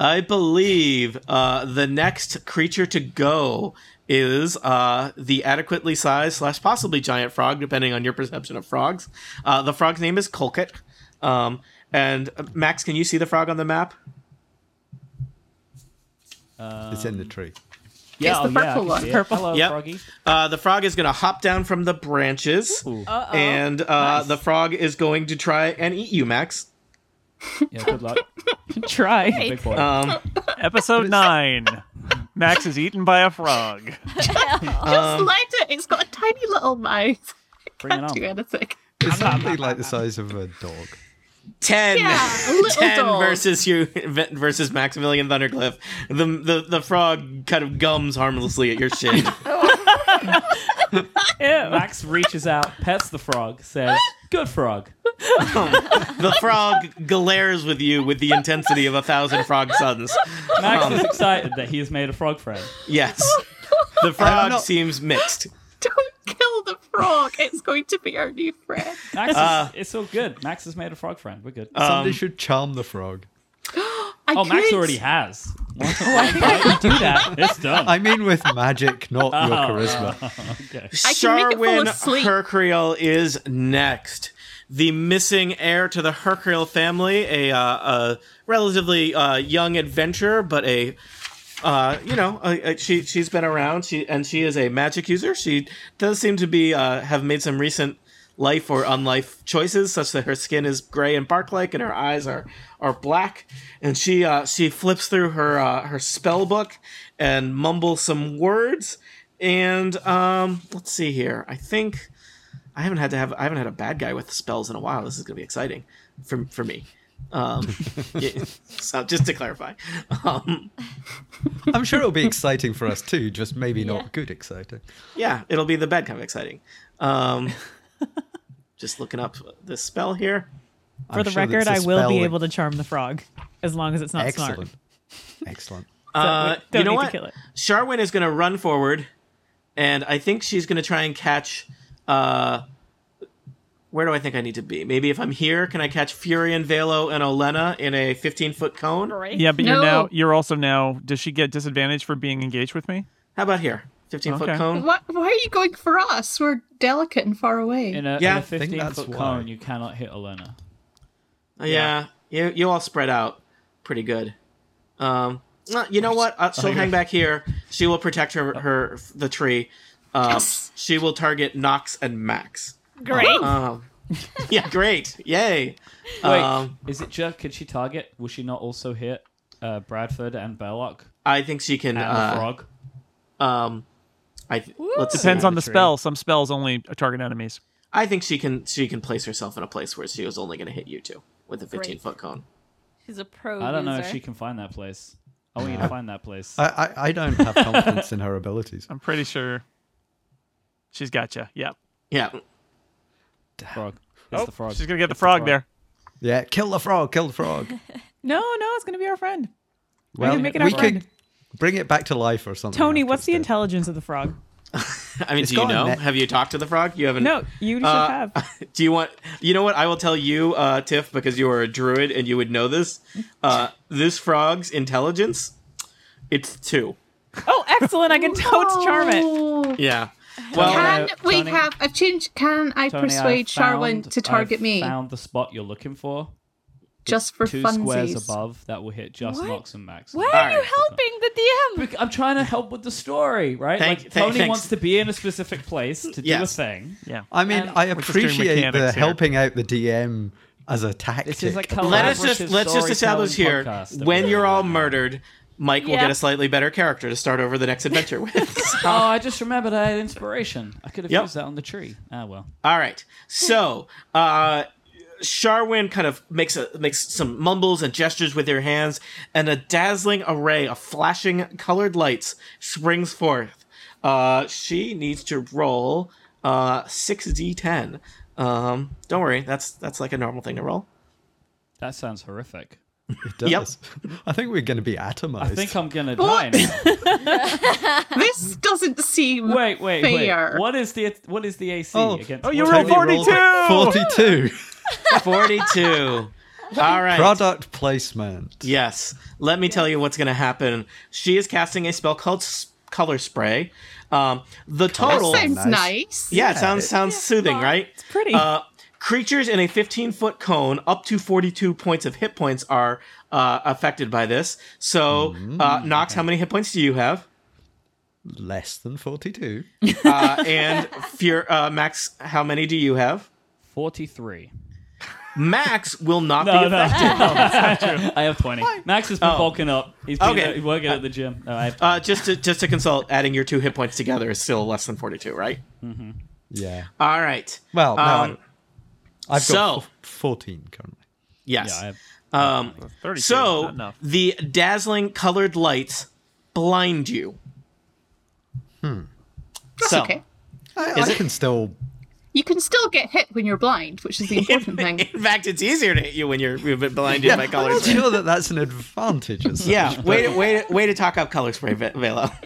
S1: I believe uh, the next creature to go is uh, the adequately sized slash possibly giant frog, depending on your perception of frogs. Uh, the frog's name is Colquitt. Um, and uh, Max, can you see the frog on the map?
S7: it's in the tree.
S2: Yeah, oh,
S6: the
S2: yeah, I
S6: purple
S2: can
S6: one.
S2: see it.
S4: Purple.
S2: Hello,
S1: Yep.
S2: Froggy.
S1: Uh, the frog is going to hop down from the branches,
S5: Uh-oh.
S1: and uh, the frog is going to try and eat you, Max.
S2: Yeah, good luck.
S4: Try.
S2: Big boy.
S1: Um,
S3: Episode nine. Max is eaten by a frog.
S2: um,
S6: Just let it. It's got a tiny little mouth.
S2: Bring it
S6: Can't do
S2: on.
S6: anything.
S7: It's something like the size of a dog.
S1: Ten.
S6: Yeah, a little
S1: Ten
S6: dog.
S1: versus you versus Maximilian Thundercliff. The, the the frog kind of gums harmlessly at your shin.
S2: Max reaches out, pets the frog, says, "Good frog."
S1: the frog glares with you with the intensity of a thousand frog suns.
S2: Max is excited that he has made a frog friend.
S1: Yes. The frog
S7: not-
S1: seems mixed.
S6: Don't kill the frog. It's going to be our new friend.
S2: Max, is,
S1: Uh,
S2: it's all good. Max has made a frog friend. We're good.
S7: Somebody
S1: Um,
S7: should charm the frog.
S6: I
S2: oh, Max
S6: could-
S2: already has. Once I do that, it's done.
S7: I mean, with magic, not your
S2: Oh.
S7: charisma.
S2: okay.
S6: I can make it fall
S1: Charwin
S6: asleep.
S1: Hercreal is next. The missing heir to the Hercreal family, a, uh, a relatively uh, young adventurer, but a uh, you know, uh, uh, she she's been around. She and she is a magic user. She does seem to be uh, have made some recent life or unlife choices, such that her skin is gray and bark-like, and her eyes are are black. And she uh, she flips through her uh, her spell book and mumbles some words. And um, let's see here. I think I haven't had to have I haven't had a bad guy with spells in a while. This is gonna be exciting for for me. Um, yeah, so just to clarify. Um,
S7: I'm sure it'll be exciting for us too, just maybe not good exciting.
S1: yeah, it'll be the bad kind of exciting. Um, just looking up this spell here.
S4: For the record, I will be able to charm the frog as long as it's not
S7: Excellent.
S4: smart.
S7: Excellent.
S1: Uh,
S4: don't
S1: you know
S4: need to
S1: what?
S4: kill it.
S1: Charwin is going to run forward, and I think she's going to try and catch. Uh, where do I think I need to be? Maybe if I'm here, can I catch Furion, Velo, and Olena in a 15 foot cone?
S5: Great.
S3: Yeah, but you're
S6: No.
S3: now you're also now does she get disadvantage for being engaged with me?
S1: How about here? 15 foot
S3: Okay.
S1: cone?
S6: Why, why are you going for us? We're delicate and far away.
S2: In a,
S1: Yeah,
S2: in
S1: I
S2: a
S1: think
S2: 15
S7: that's
S2: foot
S7: why.
S2: cone, you cannot hit a learner.
S1: Uh, Yeah, you you all spread out pretty good. Um, uh, you know what? Uh, she'll hang back here. She will protect her her the tree. Um,
S6: Yes.
S1: She will target Nox and Max.
S5: Great.
S1: Um, yeah, great, yay.
S2: Wait,
S1: Um,
S2: is it just, could she target? Will she not also hit uh, Bradford and Belloc
S1: I think she can.
S2: and
S1: uh,
S2: the frog?
S1: Um, I th- let's see.
S3: Depends on the
S2: Tree.
S3: spell. Some spells only target enemies.
S1: I think she can. She can place herself in a place where she was only going to hit you two with a fifteen foot cone.
S5: She's a pro.
S2: I don't know if
S5: user.
S2: she can find that place. I want you
S1: Uh,
S2: to find that place.
S7: I, I, I don't have confidence in her abilities.
S3: I'm pretty sure she's got you. Yep.
S1: Yeah.
S2: frog. It's the frog.
S3: She's gonna get the frog, there.
S7: Yeah, kill the frog, kill the frog.
S4: No, no, it's going to be our friend.
S7: Well,
S4: can make it our friend.
S7: bring it back to life or something.
S4: Tony,
S7: after
S4: what's
S7: it's
S4: the
S7: dead.
S4: intelligence of the frog?
S1: I mean,
S7: It's
S1: do you
S7: gone,
S1: know?
S7: Matt.
S1: Have you talked to the frog? You haven't.
S4: No, you should
S1: Uh,
S4: have.
S1: Do you want? You know what? I will tell you, uh, Tiff, because you are a druid and you would know this. Uh, this frog's intelligence, it's two.
S4: Oh, excellent. I can totes charm it.
S6: Oh.
S1: Yeah. Well,
S6: Can
S2: Uh,
S6: we
S2: Tony-
S6: have? I've changed. Can I
S2: Tony,
S6: persuade
S2: I've found-
S6: Charwin to target
S2: I've
S6: me
S2: found the spot you're looking for.
S6: just for
S2: Two squares
S6: funsies?
S2: above that will hit just
S5: What?
S2: Nox and Max.
S5: Why
S1: All
S5: are you
S1: right.
S5: helping the DM?
S2: Bec- I'm trying to help with the story, right?
S1: Thank-
S2: like
S1: thank-
S2: Tony
S1: thanks.
S2: wants to be in a specific place to do a
S1: Yes.
S2: thing.
S3: Yeah.
S7: I mean,
S4: Um,
S2: And-
S7: I
S3: We're just doing
S7: appreciate
S3: mechanics
S7: the
S3: here.
S7: helping out the DM as a tactic.
S2: This is like
S1: let us just let's just establish here when you're all murdered. Mike will
S5: Yeah.
S1: get a slightly better character to start over the next adventure with.
S2: Oh, I just remembered I had inspiration. I could have
S1: Yep.
S2: used that on the tree. Ah, well.
S1: All right. So, uh, Charwin kind of makes a, makes some mumbles and gestures with her hands, and a dazzling array of flashing colored lights springs forth. Uh, she needs to roll uh, 6d10. Um, don't worry, that's that's like a normal thing to roll.
S2: That sounds horrific.
S7: It does. I think we're going to be atomized.
S2: I think I'm gonna die. now.
S6: This doesn't seem
S2: Wait, wait,
S6: Fair.
S2: wait. What is the what is the AC
S7: Oh,
S2: against?
S3: oh, you
S2: what-
S3: rolled
S7: Tony rolled a 42.
S1: 42. All right.
S7: Product placement.
S1: Yes. Let me tell you what's going to happen. She is casting a spell called S- Color Spray. Um, the total.
S6: Sounds
S7: Nice.
S6: nice.
S1: Yeah, it sounds sounds soothing, right?
S4: It's pretty.
S1: Uh, creatures in a 15 foot cone up to 42 points of hit points are uh, affected by this. So, uh, Nox, how many hit points do you have?
S7: Less than 42.
S1: Uh, and Fear, uh, Max, how many do you have?
S2: Forty-three.
S1: Max will not
S2: No,
S1: be
S2: no,
S1: affected.
S2: I have twenty. Max has been bulking up. He's been
S1: Oh. Okay.
S2: working at the gym. No, I have
S1: Uh, just to just to consult, adding your two hit points together is still less than 42, right?
S7: Yeah.
S1: All right.
S7: Well, no,
S1: Um,
S7: I- I've
S1: so-
S7: got f- 14 currently.
S1: yes.
S2: yeah, I have,
S1: Um,
S3: 32,
S1: so
S3: not enough.
S1: the dazzling colored lights blind you. Hmm.
S6: That's
S1: So,
S6: okay.
S7: I, I can still.
S6: You can still get hit when you're blind, which is the important thing.
S1: in fact, it's easier to hit you when you're you've been blinded by
S7: I'm
S1: color
S7: not
S1: spray.
S7: sure that that's an advantage. As such,
S1: Yeah,
S7: but-
S1: way to, way to, way to talk up color spray, Ve- Velo.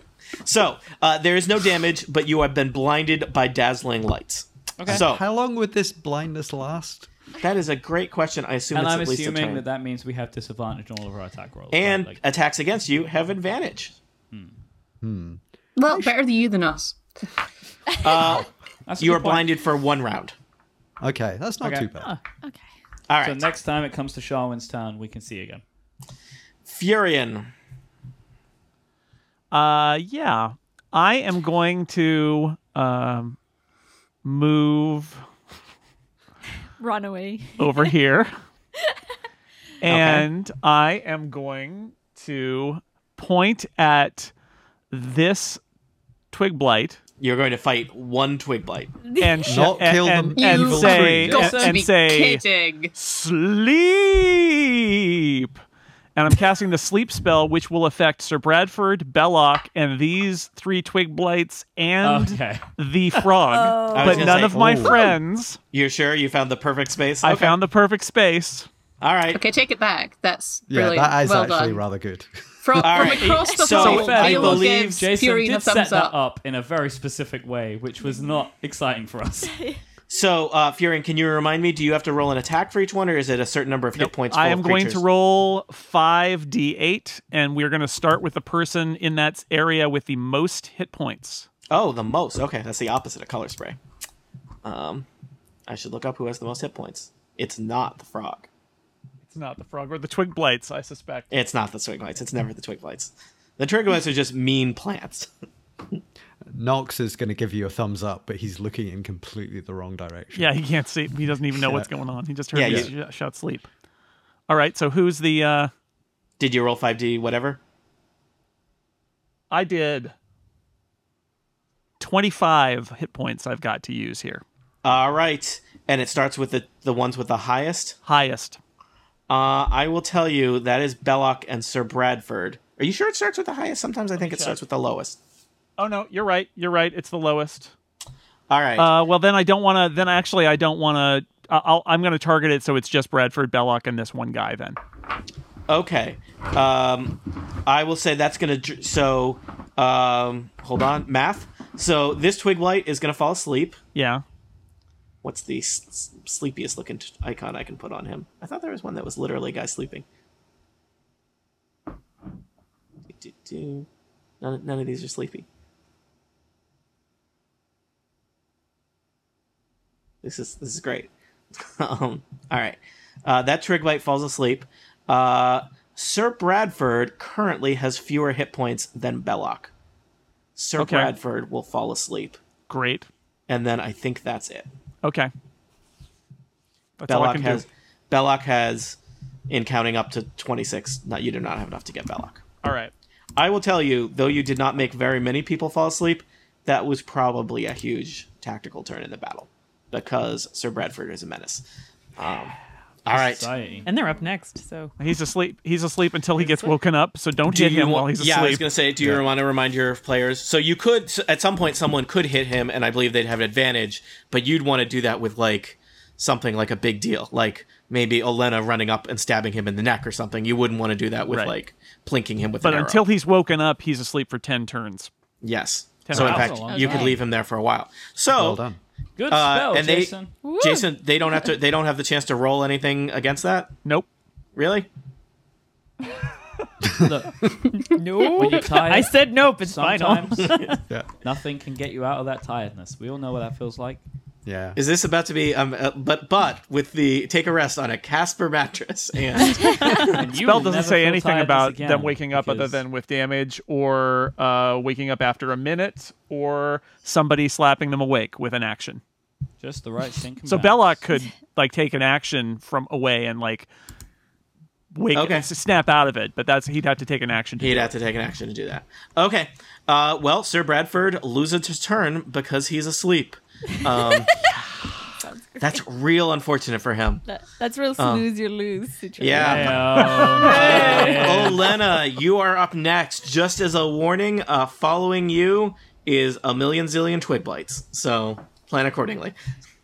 S1: So uh, there is no damage, but you have been blinded by dazzling lights.
S2: Okay.
S1: So
S7: How long would this blindness last?
S1: that is a great question. I assume
S2: and
S1: it's
S2: I'm
S1: at least a
S2: assuming
S1: turn.
S2: that that means we have disadvantage on all of our attack rolls. right?
S1: and uh,
S2: Like-
S1: attacks against you have advantage.
S6: Well, better the you than us.
S2: That's a
S1: You
S2: good
S1: are
S2: point.
S1: blinded for one round.
S7: Okay, that's not
S2: Okay.
S7: too bad.
S5: Okay.
S1: All right,
S2: So next time it comes to Charwin's town, we can see again.
S1: Furion.
S3: Uh, yeah. I am going to um, move
S5: Run away.
S3: over here. and I am going to point at this twig blight
S1: You're going to fight one twig blight.
S3: and sh-
S7: Not
S3: and,
S7: kill them
S3: and, and
S7: evil
S3: say
S7: trees.
S3: and,
S6: Got
S2: Yeah.
S6: to
S3: and
S6: be
S3: say
S6: kidding.
S3: sleep. And I'm casting the sleep spell, which will affect Sir Bradford, Belloc, and these three twig blights, and
S2: Okay.
S3: the frog.
S6: Oh.
S1: I was
S3: But
S1: gonna
S3: none
S1: say,
S3: of my
S7: ooh.
S3: friends.
S1: You're sure you found the perfect space?
S3: I found the perfect space.
S1: All right.
S6: Okay, take it back. That's
S7: Yeah,
S6: brilliant.
S7: that is
S6: well
S7: actually
S6: done.
S7: rather good.
S6: From,
S1: All
S6: from
S1: right.
S6: across the
S1: So,
S6: hall,
S1: I
S6: Velo
S1: believe
S6: gives
S2: Jason
S6: Fury
S2: did
S6: the
S2: set
S6: thumbs
S2: that
S6: up.
S2: up in a very specific way, which was not exciting for us.
S1: So, uh, Furion, can you remind me? Do you have to roll an attack for each one, or is it a certain number of hit points?
S3: I
S1: full
S3: am
S1: of
S3: going to
S1: creatures?
S3: roll 5d8, and we're going to start with the person in that area with the most hit points.
S1: Oh, the most. Okay, that's the opposite of color spray. Um, I should look up who has the most hit points. It's not the frog.
S3: It's not the frog or the twig blights, I suspect.
S1: It's not the twig lights. It's never the twig lights. The twig lights are just mean plants.
S7: Knox is going to give you a thumbs up, but he's looking in completely the wrong direction.
S3: Yeah, he can't see. He doesn't even know what's
S7: Yeah.
S3: going on. He just heard
S1: Yeah,
S3: me
S1: yeah.
S3: sh- shout sleep. All right, so who's the. Uh,
S1: Did you roll five d whatever?
S3: I did 25 hit points I've got to use here.
S1: All right, and it starts with the the ones with the highest.
S3: Highest.
S1: Uh, I will tell you that is Belloc and Sir Bradford. Are you sure it starts with the highest? Sometimes I think it starts with the lowest.
S3: Oh, no, you're right. You're right. It's the lowest.
S1: All right.
S3: Uh, well, then I don't want to. Then actually, I don't want to. I'll, I'm going to target it so it's just Bradford, Belloc, and this one guy. Then
S1: Okay. Um, I will say that's gonna. dr- So, um, hold on, math. So this twig light is gonna fall asleep.
S3: Yeah.
S1: What's the s- s- sleepiest looking t- icon I can put on him? I thought there was one that was literally a guy sleeping. Do-do-do. None, none of these are sleepy. This is this is great. um, all right, uh, that twig light falls asleep. Uh, Sir Bradford currently has fewer hit points than Belloc. Sir
S3: Okay.
S1: Bradford will fall asleep,
S3: Great.
S1: and then I think that's it.
S3: Okay. That's all I
S1: Belloc
S3: can
S1: has
S3: do.
S1: Belloc has in counting up to 26 not you do not have enough to get Belloc.
S3: All right.
S1: I will tell you though you did not make very many people fall asleep that was probably a huge tactical turn in the battle because Sir Bradford is a menace. Um, all right.
S2: Society.
S4: and they're up next, so
S3: He's asleep. He's asleep until he gets woken up. So don't hit him
S1: wa-
S3: while he's asleep.
S1: yeah, I was gonna say, do you want to remind your players? So you could s- at some point someone could hit him, and I believe they'd have an advantage. But you'd want to do that with like something like a big deal, like maybe Olena running up and stabbing him in the neck or something. You wouldn't want to do that with
S3: Right.
S1: like plinking him with
S3: but
S1: an arrow.
S3: until he's woken up, he's asleep for ten turns.
S1: yes.
S3: Ten
S1: So in
S3: hours.
S1: fact,
S2: That's a long
S1: you could
S2: time.
S1: leave him there for a while. So
S7: Well done.
S2: Good
S1: uh,
S2: spell,
S1: and they,
S2: Jason.
S1: Jason, they don't have to. They don't have the chance to roll anything against that.
S3: Nope.
S1: Really?
S2: Look,
S4: No.
S2: when you're tired,
S4: I said nope. It's final.
S2: sometimes
S7: Yeah.
S2: nothing can get you out of that tiredness. We all know what that feels like.
S7: Yeah.
S1: Is this about to be um, uh, but but with the take a rest on a Casper mattress and
S2: And you
S3: Spell
S2: will
S3: doesn't
S2: never
S3: say
S2: feel
S3: anything
S2: tiredness
S3: about
S2: again
S3: them waking up other
S2: because-
S3: than with damage or uh, waking up after a minute or somebody slapping them awake with an action.
S2: Just the right sink. and
S3: So
S2: balance.
S3: Bella could like take an action from away and like wake
S1: Okay.
S3: s- snap out of it, but that's he'd have to take an action. To
S1: he'd have to take an action to do that. Okay. Uh, well, Sir Bradford loses his turn because he's asleep. Um, that's real unfortunate for him.
S5: That, that's real snooze your lose situation.
S1: Yeah.
S2: Ayo.
S1: Olena, you are up next. Just as a warning, uh, following you is a million zillion twig blights. So plan accordingly.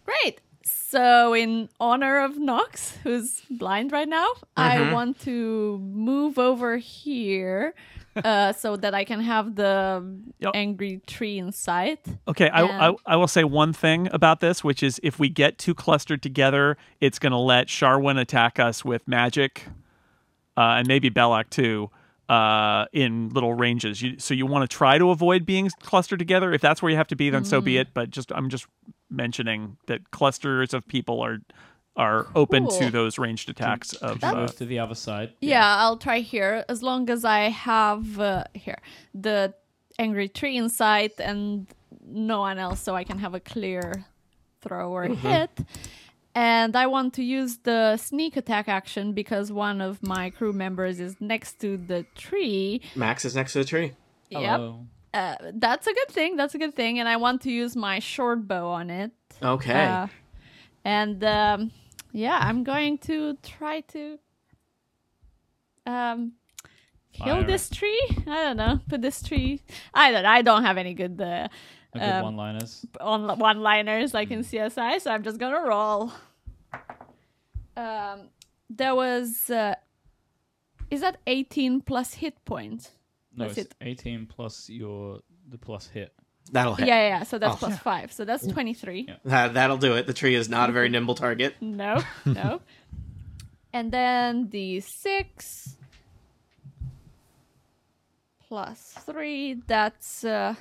S5: Great. So, in honor of Nox, who's blind right now, I want to move over here uh, so that I can have the
S3: Yep.
S5: angry tree in sight.
S3: Okay, I, I
S5: And-
S3: I will say one thing about this, which is if we get too clustered together, it's going to let Sharwin attack us with magic, uh, and maybe Belloc too, uh, in little ranges. You, so you want to try to avoid being clustered together. If that's where you have to be, then so
S5: Mm.
S3: be it. But just I'm just mentioning that clusters of people are are open to
S5: Cool.
S3: those ranged attacks of.
S2: Just
S3: uh,
S2: move to the other side.
S5: Yeah, I'll try here as long as I have uh, here the angry tree in sight and no one else, so I can have a clear throw or hit. And I want to use the sneak attack action because one of my crew members is next to the tree.
S1: Max is next to the tree.
S2: Hello.
S5: Uh, that's a good thing. That's a good thing. And I want to use my short bow on it.
S1: Okay.
S5: Uh, and um, yeah, I'm going to try to um, kill
S2: Fire it.
S5: this tree. I don't know. Put this tree. I don't. I don't have any good uh,
S2: A good
S5: um,
S2: one-liners.
S5: on one-liners like in CSI, so I'm just gonna roll. Um, there was. Uh, is that 18 plus hit points?
S2: No, it's
S5: that's it.
S2: 18 plus your the plus hit.
S1: That'll hit.
S5: Yeah, yeah, yeah. So that's
S2: Oh.
S5: plus five. So that's 23.
S1: Uh, that'll do it. The tree is not a very nimble target.
S5: No, no. and then the six plus three, that's uh,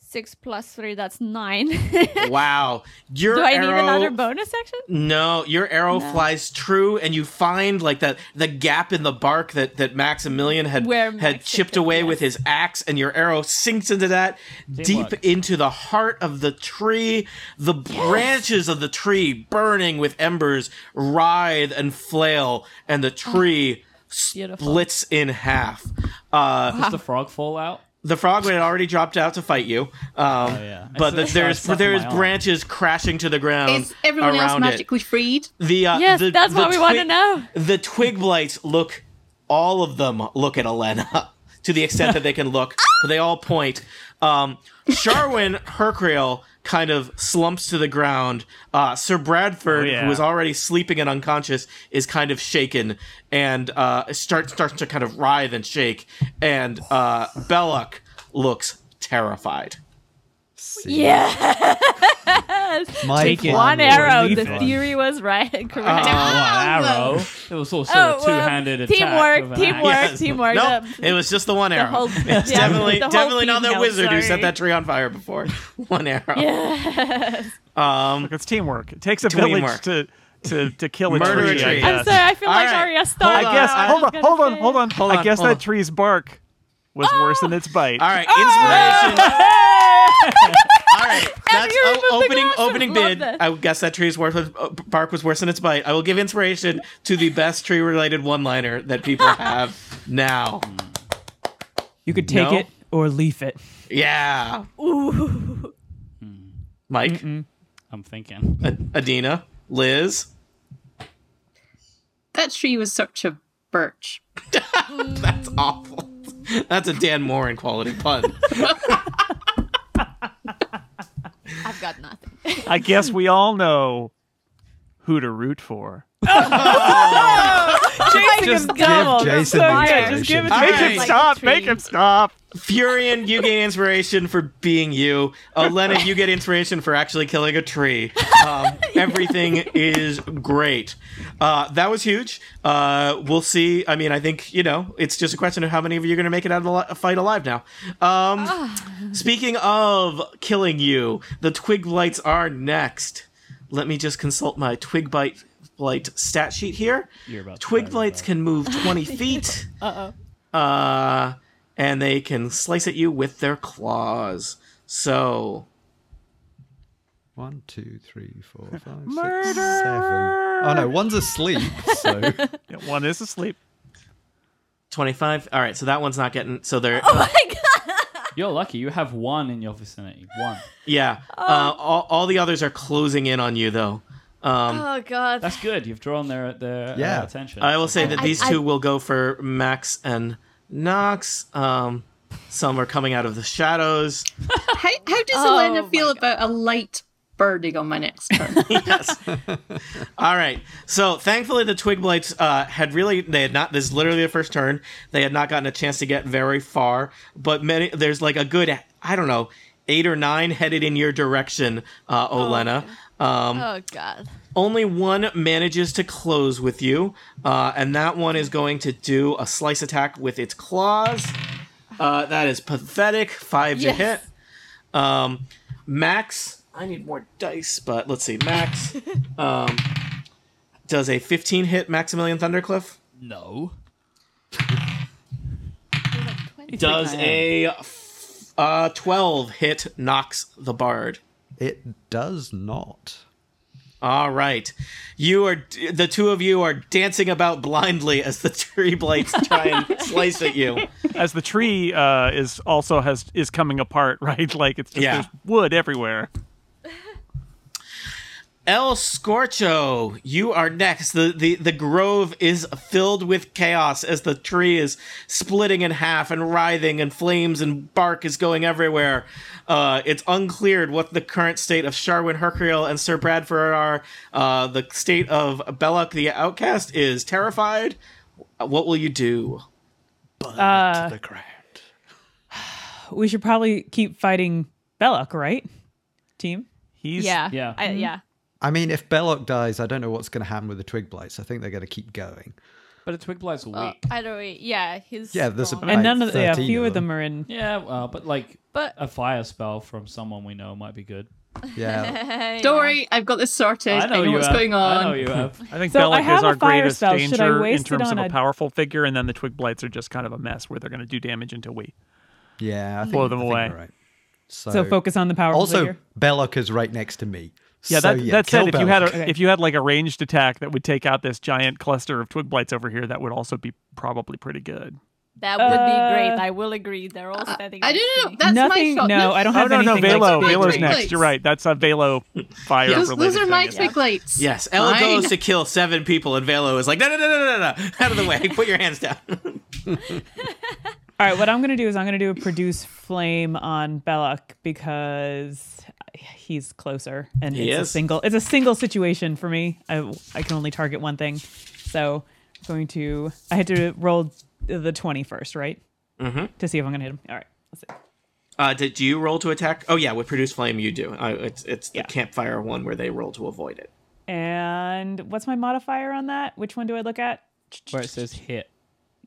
S5: six plus three, that's nine. Do
S1: Wow. Your
S5: I need
S1: arrow
S5: another bonus action?
S1: No, your arrow flies true, and you find like that the gap in the bark that that Maximilian had
S5: Where
S1: had
S5: Max
S1: chipped
S5: hit it,
S1: away
S5: yes.
S1: with his axe, and your arrow sinks into that
S2: Teamwork.
S1: deep into the heart of the tree. The branches of the tree, burning with embers, writhe and flail, and the tree
S5: Beautiful.
S1: splits in half. Uh,
S5: Ah.
S2: Does the frog fall out?
S1: the frogman had already dropped out to fight you, um,
S2: Oh, yeah. I
S1: but
S2: saw-
S1: the,
S2: I saw it
S1: there's
S2: stuck in
S1: there's
S2: my arm.
S1: branches crashing to the ground.
S6: Is everyone else
S1: um, around it.
S6: magically freed?
S1: The uh,
S5: Yes,
S1: the-
S5: that's
S1: the
S5: what we want to
S1: twi-
S5: know.
S1: The twig blights look. All of them look at Elena to the extent that they can look. but they all point. Um, Charwin Hercreel kind of slumps to the ground. Uh, Sir Bradford,
S3: Oh, yeah.
S1: who is already sleeping and unconscious, is kind of shaken and uh, starts starts to kind of writhe and shake. And uh, Belloc looks terrified.
S7: See,
S5: Yeah,
S7: My
S5: take
S7: plan
S5: one
S7: was-
S5: arrow.
S3: leave
S5: The
S3: it.
S5: theory was right. Correct.
S2: Ah, arrow. It was also
S5: Oh,
S2: a
S5: well,
S2: two-handed attack.
S5: teamwork,
S2: with an axe.
S5: teamwork, teamwork.
S1: Nope,
S5: The-
S1: it was just the one
S5: the
S1: arrow.
S5: whole- yeah,
S1: definitely,
S5: the whole
S1: definitely not
S5: team
S1: that
S5: helped,
S1: wizard who set
S5: sorry.
S1: that tree on fire before. One arrow.
S5: Yes.
S1: Um,
S3: look, it's teamwork. It takes a
S1: Teamwork.
S3: village to to to kill a
S1: Murder a
S3: tree. I
S1: tree.
S5: I'm
S3: guess.
S5: sorry. I feel
S1: All
S5: like
S1: right.
S5: Arya
S1: Hold on,
S5: started.
S3: I guess.
S5: I was
S3: Hold on,
S5: gonna
S3: hold on,
S5: say.
S3: hold on,
S1: Hold
S3: I
S1: on,
S3: guess
S1: hold
S3: that
S1: on.
S3: tree's bark was
S4: Oh!
S3: worse than its bite.
S1: all
S5: Oh!
S1: right, inspiration. all right, that's
S5: you
S1: o-
S5: removed the
S1: opening
S5: glasses.
S1: opening
S5: Love
S1: bid.
S5: this.
S1: I would guess that tree's worth of, uh, bark was worse than its bite. I will give inspiration to the best tree related one liner that people have now.
S4: You could take
S1: No.
S4: it or leave it.
S1: Yeah,
S5: Ooh.
S1: Mike,
S2: I'm thinking.
S1: Ad- Adina, Liz.
S6: That tree was such a birch.
S1: That's awful. That's a Dan Morin quality pun.
S5: I've got nothing.
S3: I guess we all know who to root for.
S4: Chasing his
S7: give
S5: Oh,
S4: gobble. That's
S7: Jason
S4: so
S7: the
S4: good. Just give
S7: information.
S4: it
S1: All right.
S3: Make him stop.
S4: to
S5: Like a
S3: Make
S5: tree.
S3: him stop.
S1: Furian, you get inspiration for being you. Elena, you get inspiration for actually killing a tree. Um, everything is great. Uh, that was huge. Uh, we'll see. I mean, I think, you know, it's just a question of how many of you are going to make it out of the li- fight alive now. Um, speaking of killing you, the twig blights are next. Let me just consult my twig bite blight stat sheet here.
S2: You're about to
S1: twig
S2: die,
S1: blights
S2: bro.
S1: can move 20 feet. Uh, and they can slice at you with their claws. So
S7: One, two, three, four, five, six, seven. Oh no, one's asleep. So
S3: Yeah, One is asleep.
S1: twenty-five. All right, so that one's not getting. So they're
S5: Oh.
S2: You're lucky. You have one in your vicinity. One.
S1: yeah. Uh, all, all the others are closing in on you though. Um,
S5: Oh god.
S2: That's good. You've drawn their their
S7: Yeah.
S2: uh, attention.
S1: I will say that
S5: I-
S1: these
S5: I-
S1: two will go for Max and Nox. Um, some are coming out of the shadows.
S6: How, how does
S5: Oh
S6: Elena
S5: my
S6: feel about a light burning on my next turn?
S1: yes. All right. So thankfully, the twig blights uh, had really they had not. This is literally the first turn. They had not gotten a chance to get very far. But many there's like a good I don't know eight or nine headed in your direction, uh, Olena. Um,
S5: Oh god.
S1: only one manages to close with you, uh, and that one is going to do a slice attack with its claws. Uh, that is pathetic. Five
S5: Yes.
S1: to hit. Um, Max, I need more dice, but let's see. Max um, does a 15 hit Maximilian Thundercliff.
S2: no.
S1: Does a f- uh, 12 hit Knocks the Bard.
S7: it does not.
S1: All right. You are the two of you are dancing about blindly as the tree blades try and slice at you.
S3: As the tree uh, is also has is coming apart, right? Like it's just
S1: Yeah.
S3: there's wood everywhere.
S1: El Scorcho, you are next. The, the the grove is filled with chaos as the tree is splitting in half and writhing and flames and bark is going everywhere. Uh, it's uncleared what the current state of Sharwin Hercule and Sir Bradford are. Uh, the state of Belloc the Outcast is terrified. What will you do?
S4: Uh,
S7: The ground.
S4: we should probably keep fighting Belloc, right? Team.
S3: He's
S5: Yeah.
S2: Yeah.
S5: I, yeah.
S7: I mean, if Belloc dies, I don't know what's going to happen with the twig blights. I think they're going to keep going.
S2: But a twig blight's weak.
S5: Uh, either way, yeah, he's
S7: Yeah, there's a
S5: strong.
S4: And
S7: Right,
S4: none of the, yeah, a
S7: 13
S4: few
S7: of
S4: of
S7: them.
S4: them are in.
S2: yeah. Well, but like
S5: But
S2: a fire spell from someone we know might be good.
S7: Yeah.
S6: Don't worry, I've got this sorted. I know,
S2: you
S6: what's
S2: have.
S6: going on.
S2: I know you have.
S3: I think
S4: So I
S3: Belloc
S4: have
S3: is
S4: a
S3: our
S4: fire
S3: greatest
S4: spell. Should I
S3: danger in
S4: waste it
S3: terms of
S4: on
S3: a
S4: a-
S3: powerful figure, and then the twig blights are just kind of a mess where they're going to do damage until we.
S7: Yeah. I think,
S3: Blow them
S7: I think
S3: away.
S7: you're Right. So,
S4: So focus on the power.
S7: Also, Belloc is right next to me.
S3: Yeah,
S7: so,
S3: that, that said,
S7: kill
S3: if you had a,
S7: Belloc.
S3: if you had like a ranged attack that would take out this giant cluster of twig blights over here, that would also be probably pretty good.
S5: That would be great.
S4: Uh,
S5: I will agree. They're all standing.
S6: I
S5: next
S6: don't
S5: to
S6: know.
S5: me.
S6: That's
S4: nothing.
S6: my shot.
S4: no, I don't
S3: Oh
S4: have
S3: no, no,
S4: anything. like
S3: Velo,
S4: that.
S6: Velo's
S3: Velo's
S6: twig
S3: next.
S6: blights.
S3: You're right. That's a Velo fire
S6: Those,
S3: related.
S6: those are my
S3: thing, isn't it?
S6: twig lights.
S1: Yes, Ella
S6: Fine.
S1: goes to kill seven people, and Velo is like, no, no, no, no, no, no, out of the way, put your hands down.
S4: All right, what I'm going to do is I'm going to do a produce flame on Belloc because he's closer and
S1: He
S4: it's
S1: is.
S4: a single it's a single situation for me. I I can only target one thing. So, I'm going to I had to roll the 20 first, right? Mm-hmm. To see if I'm going to hit him. All right. Let's see.
S1: Uh, did, do you roll to attack? Oh yeah, with produce flame you do. Uh, it's it's the
S4: Yeah.
S1: campfire one where they roll to avoid it.
S4: And what's my modifier on that? Which one do I look at?
S2: Where it says hit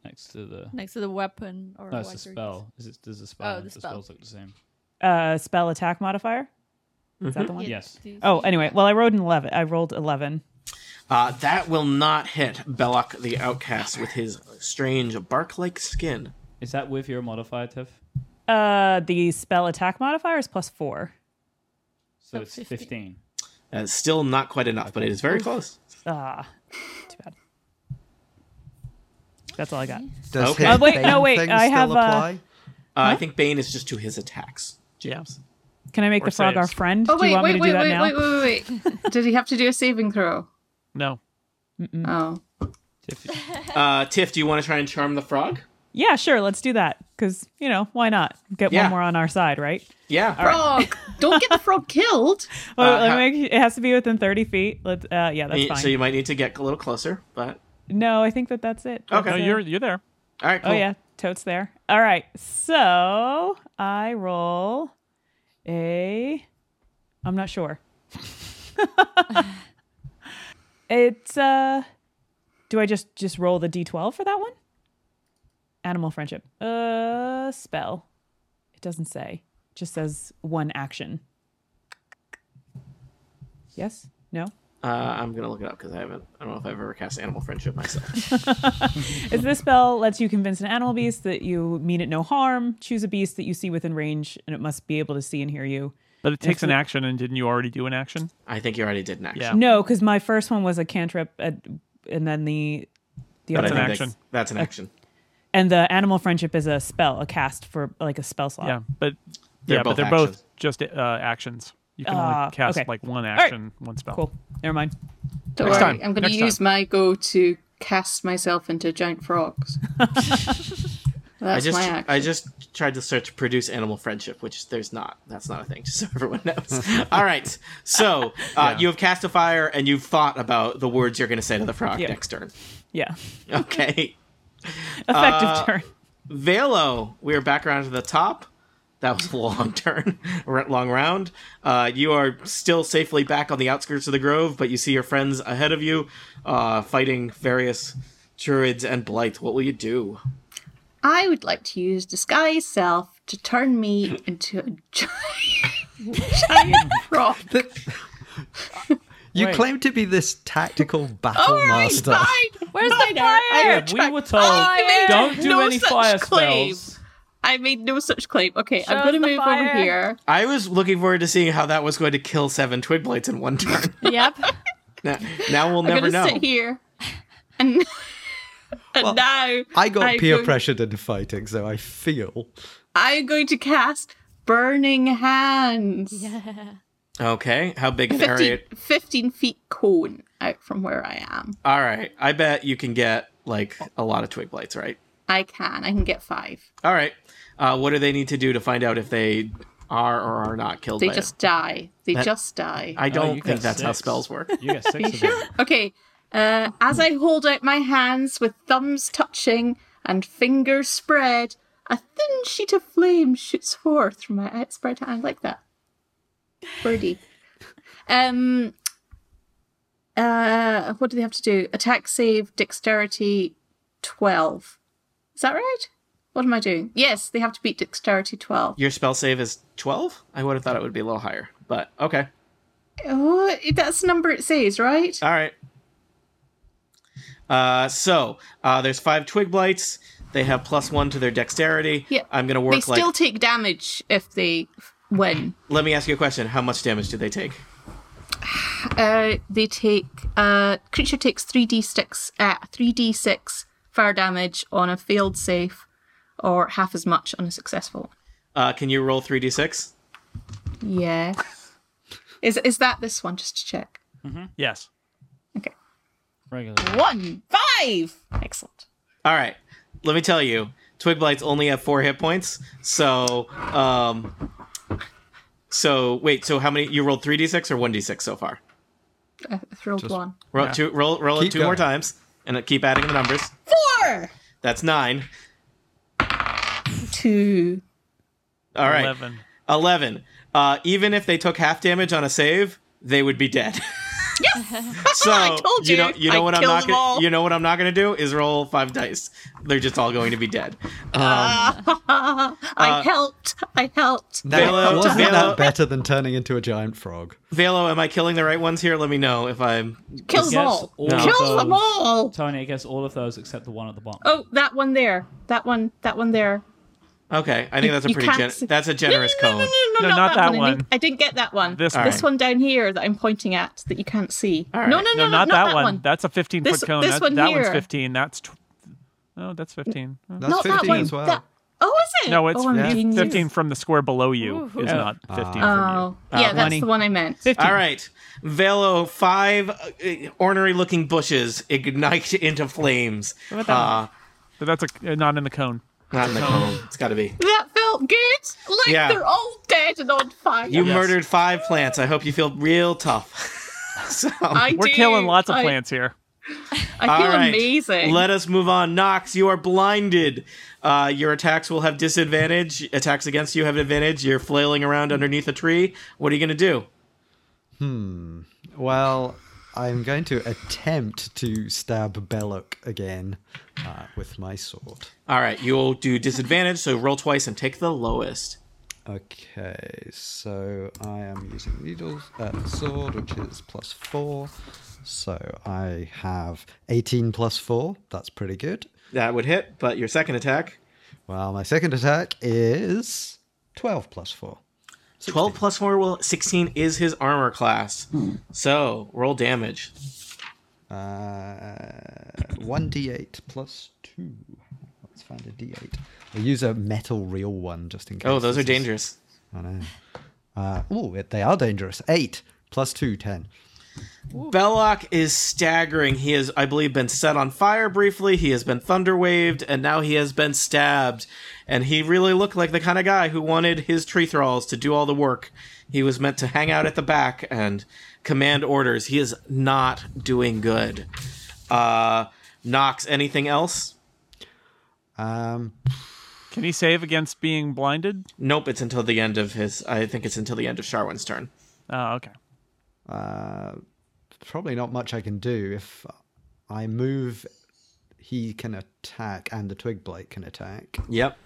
S2: next to the.
S5: next to the weapon or
S2: No,
S5: what
S2: it's a
S5: you're-
S2: spell. Is it, there's a spell.
S5: Oh,
S2: and
S5: the
S2: the
S5: spell.
S2: spells look the same.
S4: Uh spell attack modifier? Is
S1: Mm-hmm.
S4: that the one?
S5: It's
S2: Yes.
S5: the-
S4: Oh, anyway, well I rolled an 11. I rolled 11.
S1: Uh, that will not hit Belloc the outcast with his strange bark-like skin.
S2: Is that with your modifier, Tiff?
S4: Uh the spell attack modifier is plus 4.
S2: So, it's 15.
S1: That's Uh, still not quite enough, but it is very close.
S4: Ah, too bad. That's all I got.
S3: Oh,
S7: Does
S1: Okay.
S7: his
S1: Uh,
S4: wait,
S7: Bane
S4: no, wait,
S7: thing
S4: I
S7: still
S4: have, uh,
S7: apply?
S1: Uh, I think Bane is just to his attacks. James.
S4: Can I make
S3: Or
S4: the frog our
S3: saves.
S4: friend?
S6: Oh
S4: do you want
S6: wait, wait,
S4: me to
S6: wait,
S4: do that
S6: wait,
S4: now?
S6: wait, wait, wait, Did he have to do a saving throw?
S3: No.
S6: Oh,
S2: Tiff,
S1: Uh, Tiff, do you want to try and charm the frog?
S4: Yeah, sure. Let's do that because you know why not? Get
S1: Yeah.
S4: one more on our side, right?
S1: Yeah.
S6: frog! Don't get the frog killed.
S4: Well, let
S1: how-
S4: me make, it has to be within thirty feet. Let's. Uh, yeah, that's
S1: Y-
S4: fine.
S1: So you might need to get a little closer, but
S4: No, I think that that's it.
S1: Okay.
S3: No,
S4: That's it.
S3: you're you're there.
S1: All right.
S4: Oh
S1: cool.
S4: yeah, totes there. All right, so I roll a. I'm not sure. it's uh, do I just just roll the d12 for that one? Animal friendship. Uh, spell. It doesn't say. It just says one action. Yes. No.
S1: Uh, I'm gonna look it up because I haven't. I don't know if I've ever cast animal friendship myself.
S4: Is this spell lets you convince an animal beast that you mean it no harm. Choose a beast that you see within range, and it must be able to see and hear you.
S3: But it takes an
S4: it-
S3: action, and didn't you already do an action?
S1: I think you already did an action.
S3: Yeah.
S4: No, because my first one was a cantrip, at, and then the the
S1: But
S4: other
S1: I
S4: one-
S1: think
S3: action.
S1: That's, that's an action.
S4: and the animal friendship is a spell, a cast for like a spell slot.
S3: Yeah, but
S1: They're both
S3: yeah, but Uh, they're
S1: actions.
S3: both just uh, actions. You can
S4: Ah,
S6: Uh,
S3: only cast
S4: okay.
S3: like one
S4: right.
S3: action, one spell.
S4: Cool. Never mind.
S6: Don't
S3: Next
S6: worry,
S3: time.
S6: I'm going to
S3: Next
S6: use my go to cast myself into giant frogs.
S1: I
S6: That's
S1: just
S6: my action.
S1: I just tried to search produce animal friendship, which there's not. That's not a thing. Just so everyone knows. All right. So uh, you have cast a fire and you've thought about the words you're gonna say to the frog
S4: Yeah.
S1: next turn.
S4: Yeah.
S1: Okay.
S4: Effective turn.
S1: Velo, we are back around to the top. That was a long turn, r- long round. Uh, you are still safely back on the outskirts of the grove, but you see your friends ahead of you uh, fighting various druids and blight. What will you do?
S6: I would like to use disguise self to turn me into a giant, giant frog.
S7: You
S2: Wait.
S7: claim to be this tactical battle master.
S5: Where's the fire? Oh,
S2: Yeah, we were told
S6: I made
S2: don't do
S6: no
S2: any
S6: such
S2: fire
S6: claim.
S2: spells.
S6: I made no such claim. Okay,
S5: Show
S6: I'm going to
S5: us the
S6: move
S5: fire.
S6: over here.
S1: I was looking forward to seeing how that was going to kill seven twig blights in one turn.
S5: Yep.
S1: now, now we'll
S6: I'm
S1: never
S6: going to
S1: know.
S6: sit here. And, and now
S7: I got
S6: I'm
S7: peer
S6: going-
S7: pressured into fighting, so I feel.
S6: I'm going to cast Burning Hands.
S1: Okay, how big an
S6: 15,
S1: area?
S6: 15 feet cone out from where I am.
S1: All right, I bet you can get like a lot of twig blights, right?
S6: I can. I can get five.
S1: All right. Uh, what do they need to do to find out if they are or are not killed
S6: They
S1: by
S6: just die. They
S1: That-
S6: just
S1: it?
S6: die.
S1: I
S2: Oh,
S1: don't
S2: you
S1: think
S2: got
S1: that's how
S2: six.
S1: spells work.
S2: You get six of them.
S6: Okay. Uh, as I hold out my hands with thumbs touching and fingers spread, a thin sheet of flame shoots forth from my outspread hand like that. Birdie. um. Uh, what do they have to do? Attack save, dexterity, twelve. Is that right? What am I doing? Yes, they have to beat dexterity twelve.
S1: Your spell save is 12? I would have thought it would be a little higher, but okay.
S6: Oh, that's the number it says, right?
S1: All right. Uh, so uh, there's five twig blights. They have plus one to their dexterity.
S6: Yeah.
S1: I'm gonna
S6: They
S1: work like.
S6: still take damage if they win.
S1: Let me ask you a question. How much damage do they take?
S6: Uh, they take uh, creature takes three d six three d six fire damage on a failed save, or half as much on a successful.
S1: Uh, can you roll 3d6?
S6: one. Yeah. Is is that this one? Just to check.
S3: Yes.
S6: Okay.
S2: Regular.
S6: One five. Excellent.
S1: All right. Let me tell you, twig blights only have four hit points. So, um, so wait. So how many? You rolled 3d6 or 1d6 so far?
S6: Uh, thrilled one.
S1: Roll two. Roll roll it
S7: Keep
S1: two
S7: going.
S1: more times, and uh, keep adding the numbers.
S6: Four.
S1: That's nine.
S6: Two.
S1: All right.
S3: Eleven.
S1: 11. Uh, even if they took half damage on a save, they would be dead. so
S6: told
S1: you know
S6: you.
S1: you know
S6: I
S1: what I'm
S6: killed
S1: not
S6: them
S1: gonna,
S6: all.
S1: you know what I'm not going to do is roll five dice. They're just all going to be dead.
S6: Ah.
S1: Um,
S2: Uh,
S6: I helped. I helped.
S7: Now,
S1: Velo-
S7: wasn't
S1: Velo-
S7: that better than turning into a giant frog?
S1: Velo, am I killing the right ones here? Let me know if I'm
S6: Kill
S2: It
S6: them
S2: gets
S6: all.
S2: all
S1: No.
S2: of
S6: Kill them
S2: those-
S6: all.
S2: Tony, it gets all of those except the one at the bottom.
S6: Oh, that one there. That one. That one there.
S1: Okay, I think that's a
S6: you
S1: pretty
S6: can't
S1: gen-
S6: see-
S1: that's a generous
S6: no,
S1: cone.
S6: No, no,
S3: No,
S6: no, not,
S3: not
S6: that,
S3: that
S6: one. I
S3: one.
S6: didn't, I didn't get that one.
S3: This
S6: This,
S3: All
S1: right.
S6: one down here that I'm pointing at that you can't see.
S1: All
S6: No,
S1: right.
S6: no,
S3: No,
S6: no, no,
S3: not, that, one.
S6: one.
S3: That's a fifteen
S6: This-
S3: foot cone.
S6: this
S3: that
S6: one
S3: that one's
S6: here.
S3: fifteen. That's tw- no, that's fifteen. Uh,
S7: That's
S6: not that
S7: 15
S6: one.
S7: as well.
S6: That- Oh, is it?
S3: No, it's
S6: oh, I'm
S7: yeah.
S6: genius.
S3: fifteen from the square below you. Is not fifteen
S6: Oh, yeah, that's
S4: 20.
S6: the one I meant.
S1: All right, Velo, five uh, ornery looking bushes ignite into flames.
S4: What the-
S1: Uh,
S3: from you. But that's a, uh, not in the cone.
S1: not in the cone. It's got to be.
S6: That felt good. Like
S1: Yeah.
S6: they're all dead and on fire.
S1: You murdered five plants. I hope you feel real tough. so,
S6: I
S3: We're
S6: do.
S3: killing lots of
S6: I-
S3: plants here.
S6: I feel amazing.
S1: Let us move on. Nox, you are blinded. Uh, your attacks will have disadvantage. Attacks against you have advantage. You're flailing around underneath a tree. What are you going to do?
S7: Well, I'm going to attempt to stab Belloc again uh, with my sword.
S1: All right, you'll do disadvantage, so roll twice and take the lowest.
S7: Okay, so I am using needles uh, sword, which is plus four. So I have 18 plus four. That's pretty good.
S1: That would hit, but your second attack,
S7: Well, my second attack is 12 plus four.
S1: 12 plus 4 will 16 is his armor class. So, roll damage.
S7: Uh, 1d8 plus two. Let's find a d8. I use a metal real one just in case.
S1: Oh, those are
S7: this is-
S1: dangerous.
S7: I know. Uh, oh, they are dangerous. Eight plus two, ten.
S1: Belloc is staggering. He has, I believe, been set on fire briefly. He has been thunderwaved, and now he has been stabbed. And he really looked like the kind of guy who wanted his tree thralls to do all the work. He was meant to hang out at the back and command orders. He is not doing good. Uh, Nox, anything else?
S7: Um,
S3: Can he save against being blinded?
S1: Nope, it's until the end of his. I think it's until the end of Sharwin's turn.
S3: Oh, okay.
S7: uh, probably not much I can do. If I move, he can attack, and the twig blade can attack.
S1: Yep.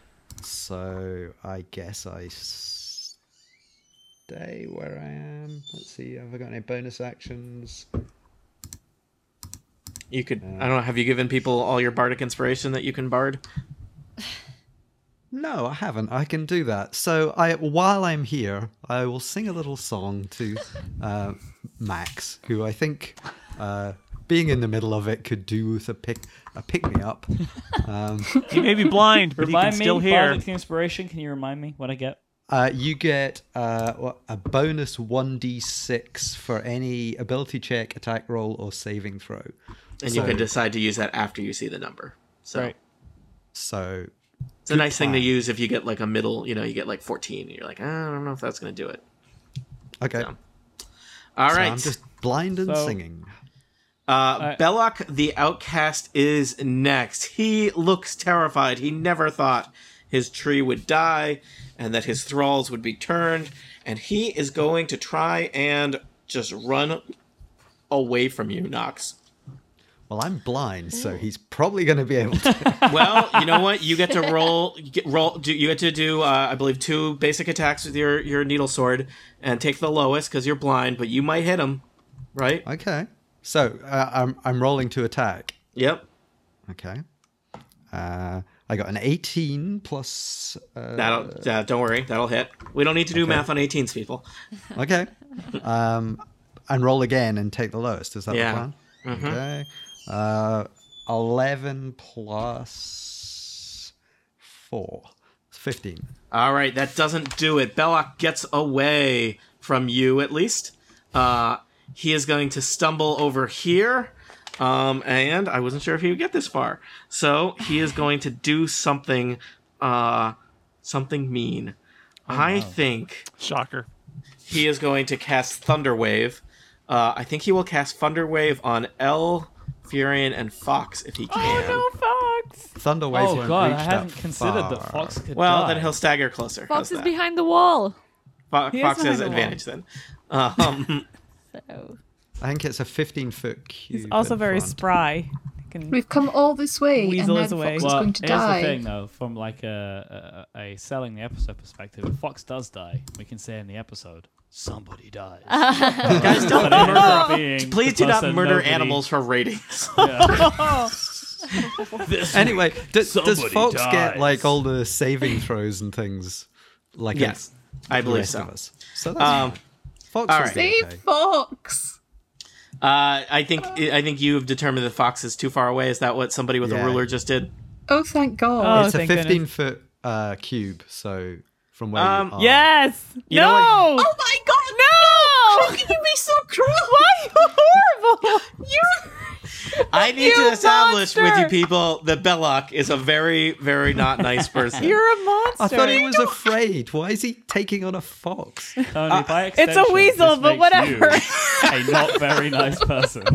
S7: So I guess I stay where I am. Let's see, have I got any bonus actions?
S1: You could. I don't know. Have you given people all your bardic inspiration that you can bard?
S7: No, I haven't. I can do that. So I, while I'm here, I will sing a little song to uh, Max, who I think, uh, being in the middle of it, could do with a pick a pick me up. Um,
S3: He may be blind, but he can
S2: Remind
S3: still
S2: me,
S3: hear.
S2: Bardic Inspiration. Can you remind me what I get?
S7: uh, you get uh, what- a bonus one d six for any ability check, attack roll, or saving throw.
S1: and you can
S7: So-
S1: decide to use that after you see the number. So
S2: Right.
S7: So
S1: it's a nice thing to use if you get like a middle, you know, you get like 14 and you're like, I don't know if that's going to do it.
S7: okay,
S1: Yeah. All
S7: so
S1: right.
S7: I'm just blind and
S2: So-
S7: singing.
S1: Uh, Belloc the Outcast is next. He looks terrified. He never thought his tree would die and that his thralls would be turned. And he is going to try and just run away from you, Nox.
S7: Well, I'm blind, so he's probably going to be able to.
S1: Well, you know what? You get to roll. You get, roll. Do, you get to do, uh, I believe, two basic attacks with your your needle sword, and take the lowest because you're blind. But you might hit him, right?
S7: okay, so uh, I'm I'm rolling to attack.
S1: Yep.
S7: Okay. Uh, I got an 18 plus. Uh,
S1: That'll. Uh, don't worry. That'll hit. We don't need to do math on 18s, people.
S7: okay. Um, and roll again and take the lowest. Is that
S1: Yeah. Mm-hmm.
S7: the plan? Okay. Uh, 11 plus 4. It's 15.
S1: All right, that doesn't do it. Belloc gets away from you, at least. Uh, he is going to stumble over here, um, and I wasn't sure if he would get this far, so he is going to do something, uh, something mean. I think
S3: Shocker.
S1: he is going to cast Thunderwave. Uh, I think he will cast Thunderwave on L, Furion, and Fox if he can.
S4: Oh no, Fox!
S7: Thunderwaves
S2: Oh
S7: won't
S2: god,
S7: reach
S2: I hadn't
S7: that
S2: considered that
S7: far.
S2: Fox could
S1: Well,
S2: die.
S1: then he'll stagger closer.
S5: Fox
S1: How's
S5: is
S1: that?
S5: behind the wall.
S1: Fo-
S4: He is
S1: Fox has
S4: behind the wall.
S1: advantage then. Um,
S5: So
S7: I think it's a 15 foot cube.
S4: He's also
S7: in
S4: very
S7: front.
S4: spry. He can-
S6: We've come all this way,
S4: Weasel
S6: and
S4: is
S6: now
S4: away.
S6: Fox is
S4: Well,
S6: going to
S2: here's
S6: die.
S2: the thing, though, from like a, a, a selling the episode perspective. If Fox does die, we can say in the episode, somebody dies.
S1: guys, don't
S2: But it ends
S1: murder
S2: up being
S1: Please
S2: the
S1: do not
S2: person
S1: murder
S2: nobody-
S1: animals for ratings.
S7: Anyway, does, does
S2: Somebody
S7: Fox
S2: dies.
S7: get like all the saving throws and things? Like
S1: yes, I
S7: the
S1: believe
S7: rest of
S1: so.
S7: us. So that's
S1: Um,
S7: fine. Fox
S1: all
S7: will
S1: right.
S7: be
S6: Save
S7: okay.
S6: Fox.
S1: Uh, I think I think you have determined that Fox is too far away. Is that what somebody with a
S7: Yeah.
S1: ruler just did?
S6: Oh, thank God.
S4: Oh,
S7: it's a
S4: thank goodness.
S7: 15 foot uh, cube, so from where
S1: Um,
S7: you are.
S4: Yes.
S1: know
S4: no.
S1: what-
S6: Oh my god, no! How can you be so cruel? Why
S4: Horrible.
S1: I need
S4: You
S1: to establish with you
S4: monster!
S1: people that Belloc is a very, very not nice person.
S4: You're a monster.
S7: I thought he was afraid. Why is he taking on a fox?
S2: Tony, by
S4: it's a
S2: extension,
S4: weasel,
S2: this
S4: but
S2: makes you
S4: whatever.
S2: a not very nice person.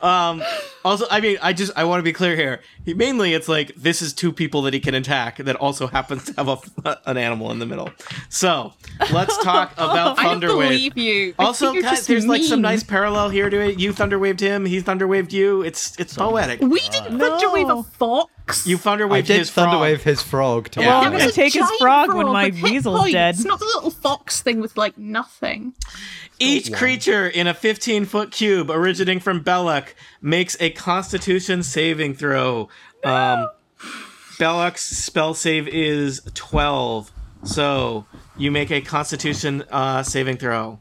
S1: um, Also, I mean, I just I want to be clear here. He, mainly, it's like this is two people that he can attack that also happens to have a, an animal in the middle. So let's talk about
S6: I don't
S1: Thunderwave.
S6: believe you. I
S1: Also,
S6: think you're
S1: guys,
S6: just
S1: there's like some
S6: mean.
S1: nice parallel here to it. You thunderwaved him. He thunderwaved you. It's it's poetic.
S6: We didn't
S4: Uh,
S6: thunderwave a fox.
S1: You
S7: I
S1: thunderwaved
S7: did
S1: his frog.
S7: thunderwave his frog. To
S1: Yeah.
S4: Well,
S1: That
S4: I'm
S1: was
S4: gonna
S1: a
S4: take his
S6: giant
S4: frog when my
S6: with hit
S4: weasel's
S6: points,
S4: dead.
S6: Not the little fox thing with like nothing.
S1: Each creature in a 15 foot cube originating from Belloc makes a Constitution saving throw. Um, Belloc's spell save is 12, so you make a Constitution uh, saving throw.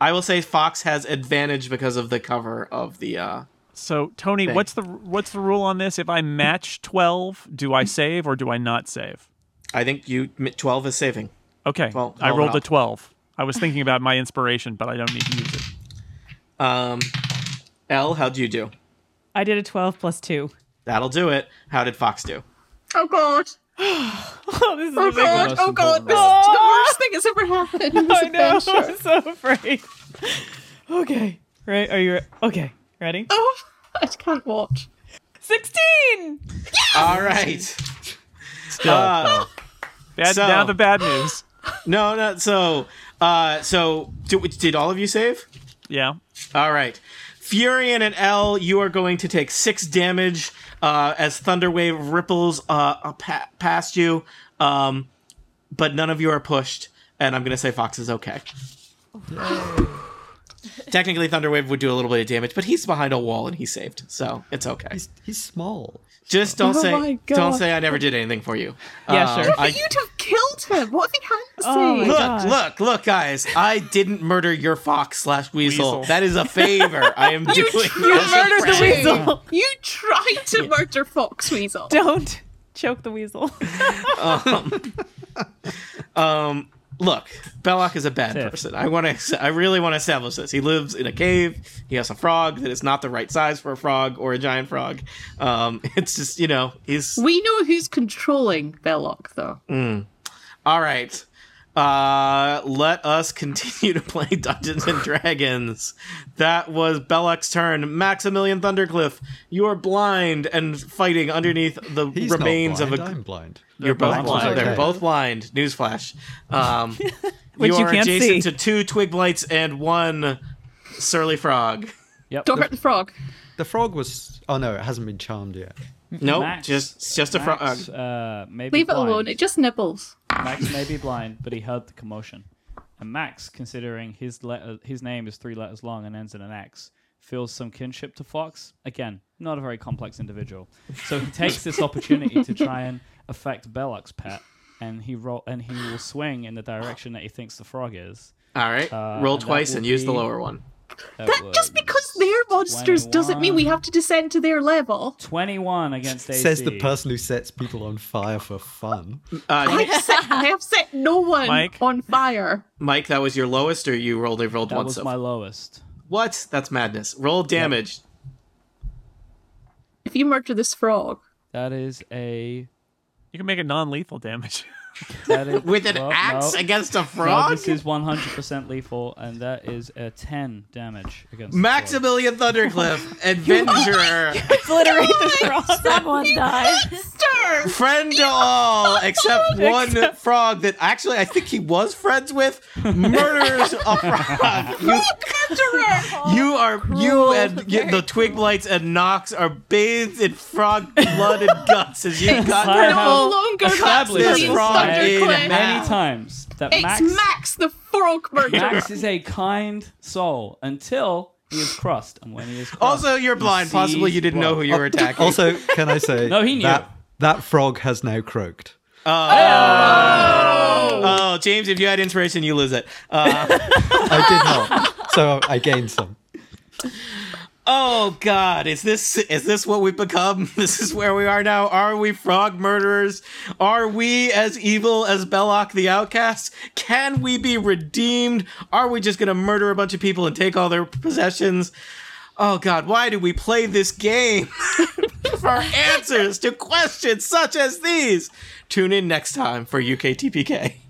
S1: I will say Fox has advantage because of the cover of the. Uh,
S3: So Tony,
S1: Thanks.
S3: what's the what's the rule on this? If I match twelve, do I save or do I not save?
S1: I think you 12 is saving.
S3: Okay,
S1: Well,
S3: I
S1: well,
S3: rolled a
S1: well.
S3: twelve. I was thinking about my inspiration, but I don't need to use it.
S1: Um, L, how'd you do?
S4: I did a 12 plus 2.
S1: That'll do it. How did Fox do?
S6: Oh god.
S4: Oh, this is
S6: Oh
S4: a big
S6: god.
S2: most
S6: Oh god.
S2: important
S6: This is the worst thing that's ever happened.
S4: I know. I'm so afraid. Okay. Right? Are you re- okay? Ready?
S6: Oh, I can't watch.
S4: 16!
S1: All right.
S3: Still,
S1: Uh,
S3: bad,
S1: so-
S3: now the bad news.
S1: No, no. So, uh, so do, did all of you save?
S3: Yeah,
S1: All right. Furion and L, you are going to take six damage uh, as Thunderwave ripples uh, uh, pa- past you, um, but none of you are pushed. And I'm going to say Fox is okay. Technically, Thunderwave would do a little bit of damage, but he's behind a wall and he's saved, so it's okay.
S7: He's, he's small.
S1: Just don't
S6: Oh
S1: say,
S6: my God.
S1: don't say I never did anything for you.
S4: Yeah,
S1: Uh,
S4: sure.
S1: I-
S6: You'd have killed him. What if he hadn't
S4: Oh my
S6: saved?
S1: Look,
S4: God.
S1: look, look, guys! I didn't murder your fox slash weasel.
S3: Weasel.
S1: That is a favor I am doing.
S6: you
S1: as a
S4: murdered the
S1: friend.
S4: weasel.
S6: You tried to murder Fox Weasel.
S4: Don't choke the weasel.
S1: Um, look, Belloc is a bad
S2: Tiff.
S1: person. I want to. I really want to establish this. He lives in a cave. He has a frog that is not the right size for a frog or a giant frog. Um, it's just you know he's
S6: We know who's controlling Belloc, though.
S1: Mm. all right. Uh, let us continue to play Dungeons and Dragons. That was Belloc's turn. Maximilian Thundercliff, you are blind and fighting underneath the
S7: He's
S1: remains
S7: not blind.
S1: of a.
S7: I'm blind.
S1: You're both
S3: both
S1: blind.
S3: blind.
S1: They're
S7: Okay.
S1: both blind. Newsflash. Um,
S4: Which you
S1: are
S4: can't
S1: adjacent
S4: see.
S1: to two twig blights and one surly frog.
S2: Yep.
S6: Don't hurt the frog.
S7: The frog was. Oh no, it hasn't been charmed yet.
S1: Nope,
S2: Max-
S1: Oh, just it's just a frog.
S2: Max, uh, maybe
S6: Leave it
S2: blind.
S6: alone. It just nibbles.
S2: Max may be blind, but he heard the commotion. And Max, considering his letter, his name is three letters long and ends in an X, feels some kinship to Fox. Again, not a very complex individual, so he takes this opportunity to try and affect Belloc's pet, and he roll and he will swing in the direction that he thinks the frog is.
S1: All right,
S2: Uh,
S1: roll
S2: and that
S1: twice and
S2: will
S1: use the
S2: be-
S1: lower one.
S6: That just because they're monsters doesn't mean we
S2: 21.
S6: have to descend to their level.
S2: twenty-one against AC.
S7: Says the person who sets people on fire for fun.
S1: Uh,
S6: I have set, I have set no one
S3: Mike?
S6: on fire.
S1: Mike, that was your lowest, or you rolled a rolled
S2: That
S1: once.
S2: was my lowest.
S1: What? That's madness. Roll damage.
S6: If you murder this frog,
S2: That is a.
S3: you can make it non-lethal damage.
S2: That is,
S1: With an
S2: well,
S1: axe
S2: no.
S1: against a
S2: No,
S1: frog?
S2: this is 100% lethal, and that is a 10 damage against. the sword.
S1: Maximilian Thundercliff, adventurer,
S4: Obliterate the frog.
S5: Someone died.
S6: stir.
S1: friend to all, except one
S4: Except-
S1: frog that actually I think he was friends with, murders a frog. You, you are you
S5: Cruel,
S1: and you, the
S5: very
S1: twig lights and Knox are bathed in frog blood and guts as you
S2: I
S1: got.
S2: have
S6: No longer
S1: established
S6: Maximilian
S1: this frog
S6: Thunderclap.
S1: in
S2: Many
S1: Max.
S2: times that
S6: It's
S2: Max,
S6: Max, the frog murderer.
S2: Max is a kind soul until he is crossed, and when he is crossed,
S1: Also, you're blind.
S2: Sees
S1: Possibly you didn't know who you
S7: oh,
S1: were attacking.
S7: Also, can I say
S2: No, he knew.
S7: that that frog has now croaked.
S1: oh, James, if you had inspiration, you lose it. Uh,
S7: I did not. So I gained some.
S1: oh God, is this is this what we've become? This is where we are now. Are we frog murderers? Are we as evil as Belloc the Outcast? Can we be redeemed? Are we just gonna murder a bunch of people and take all their possessions? Oh God, why do we play this game? for answers to questions such as these, tune in next time for UKTPK.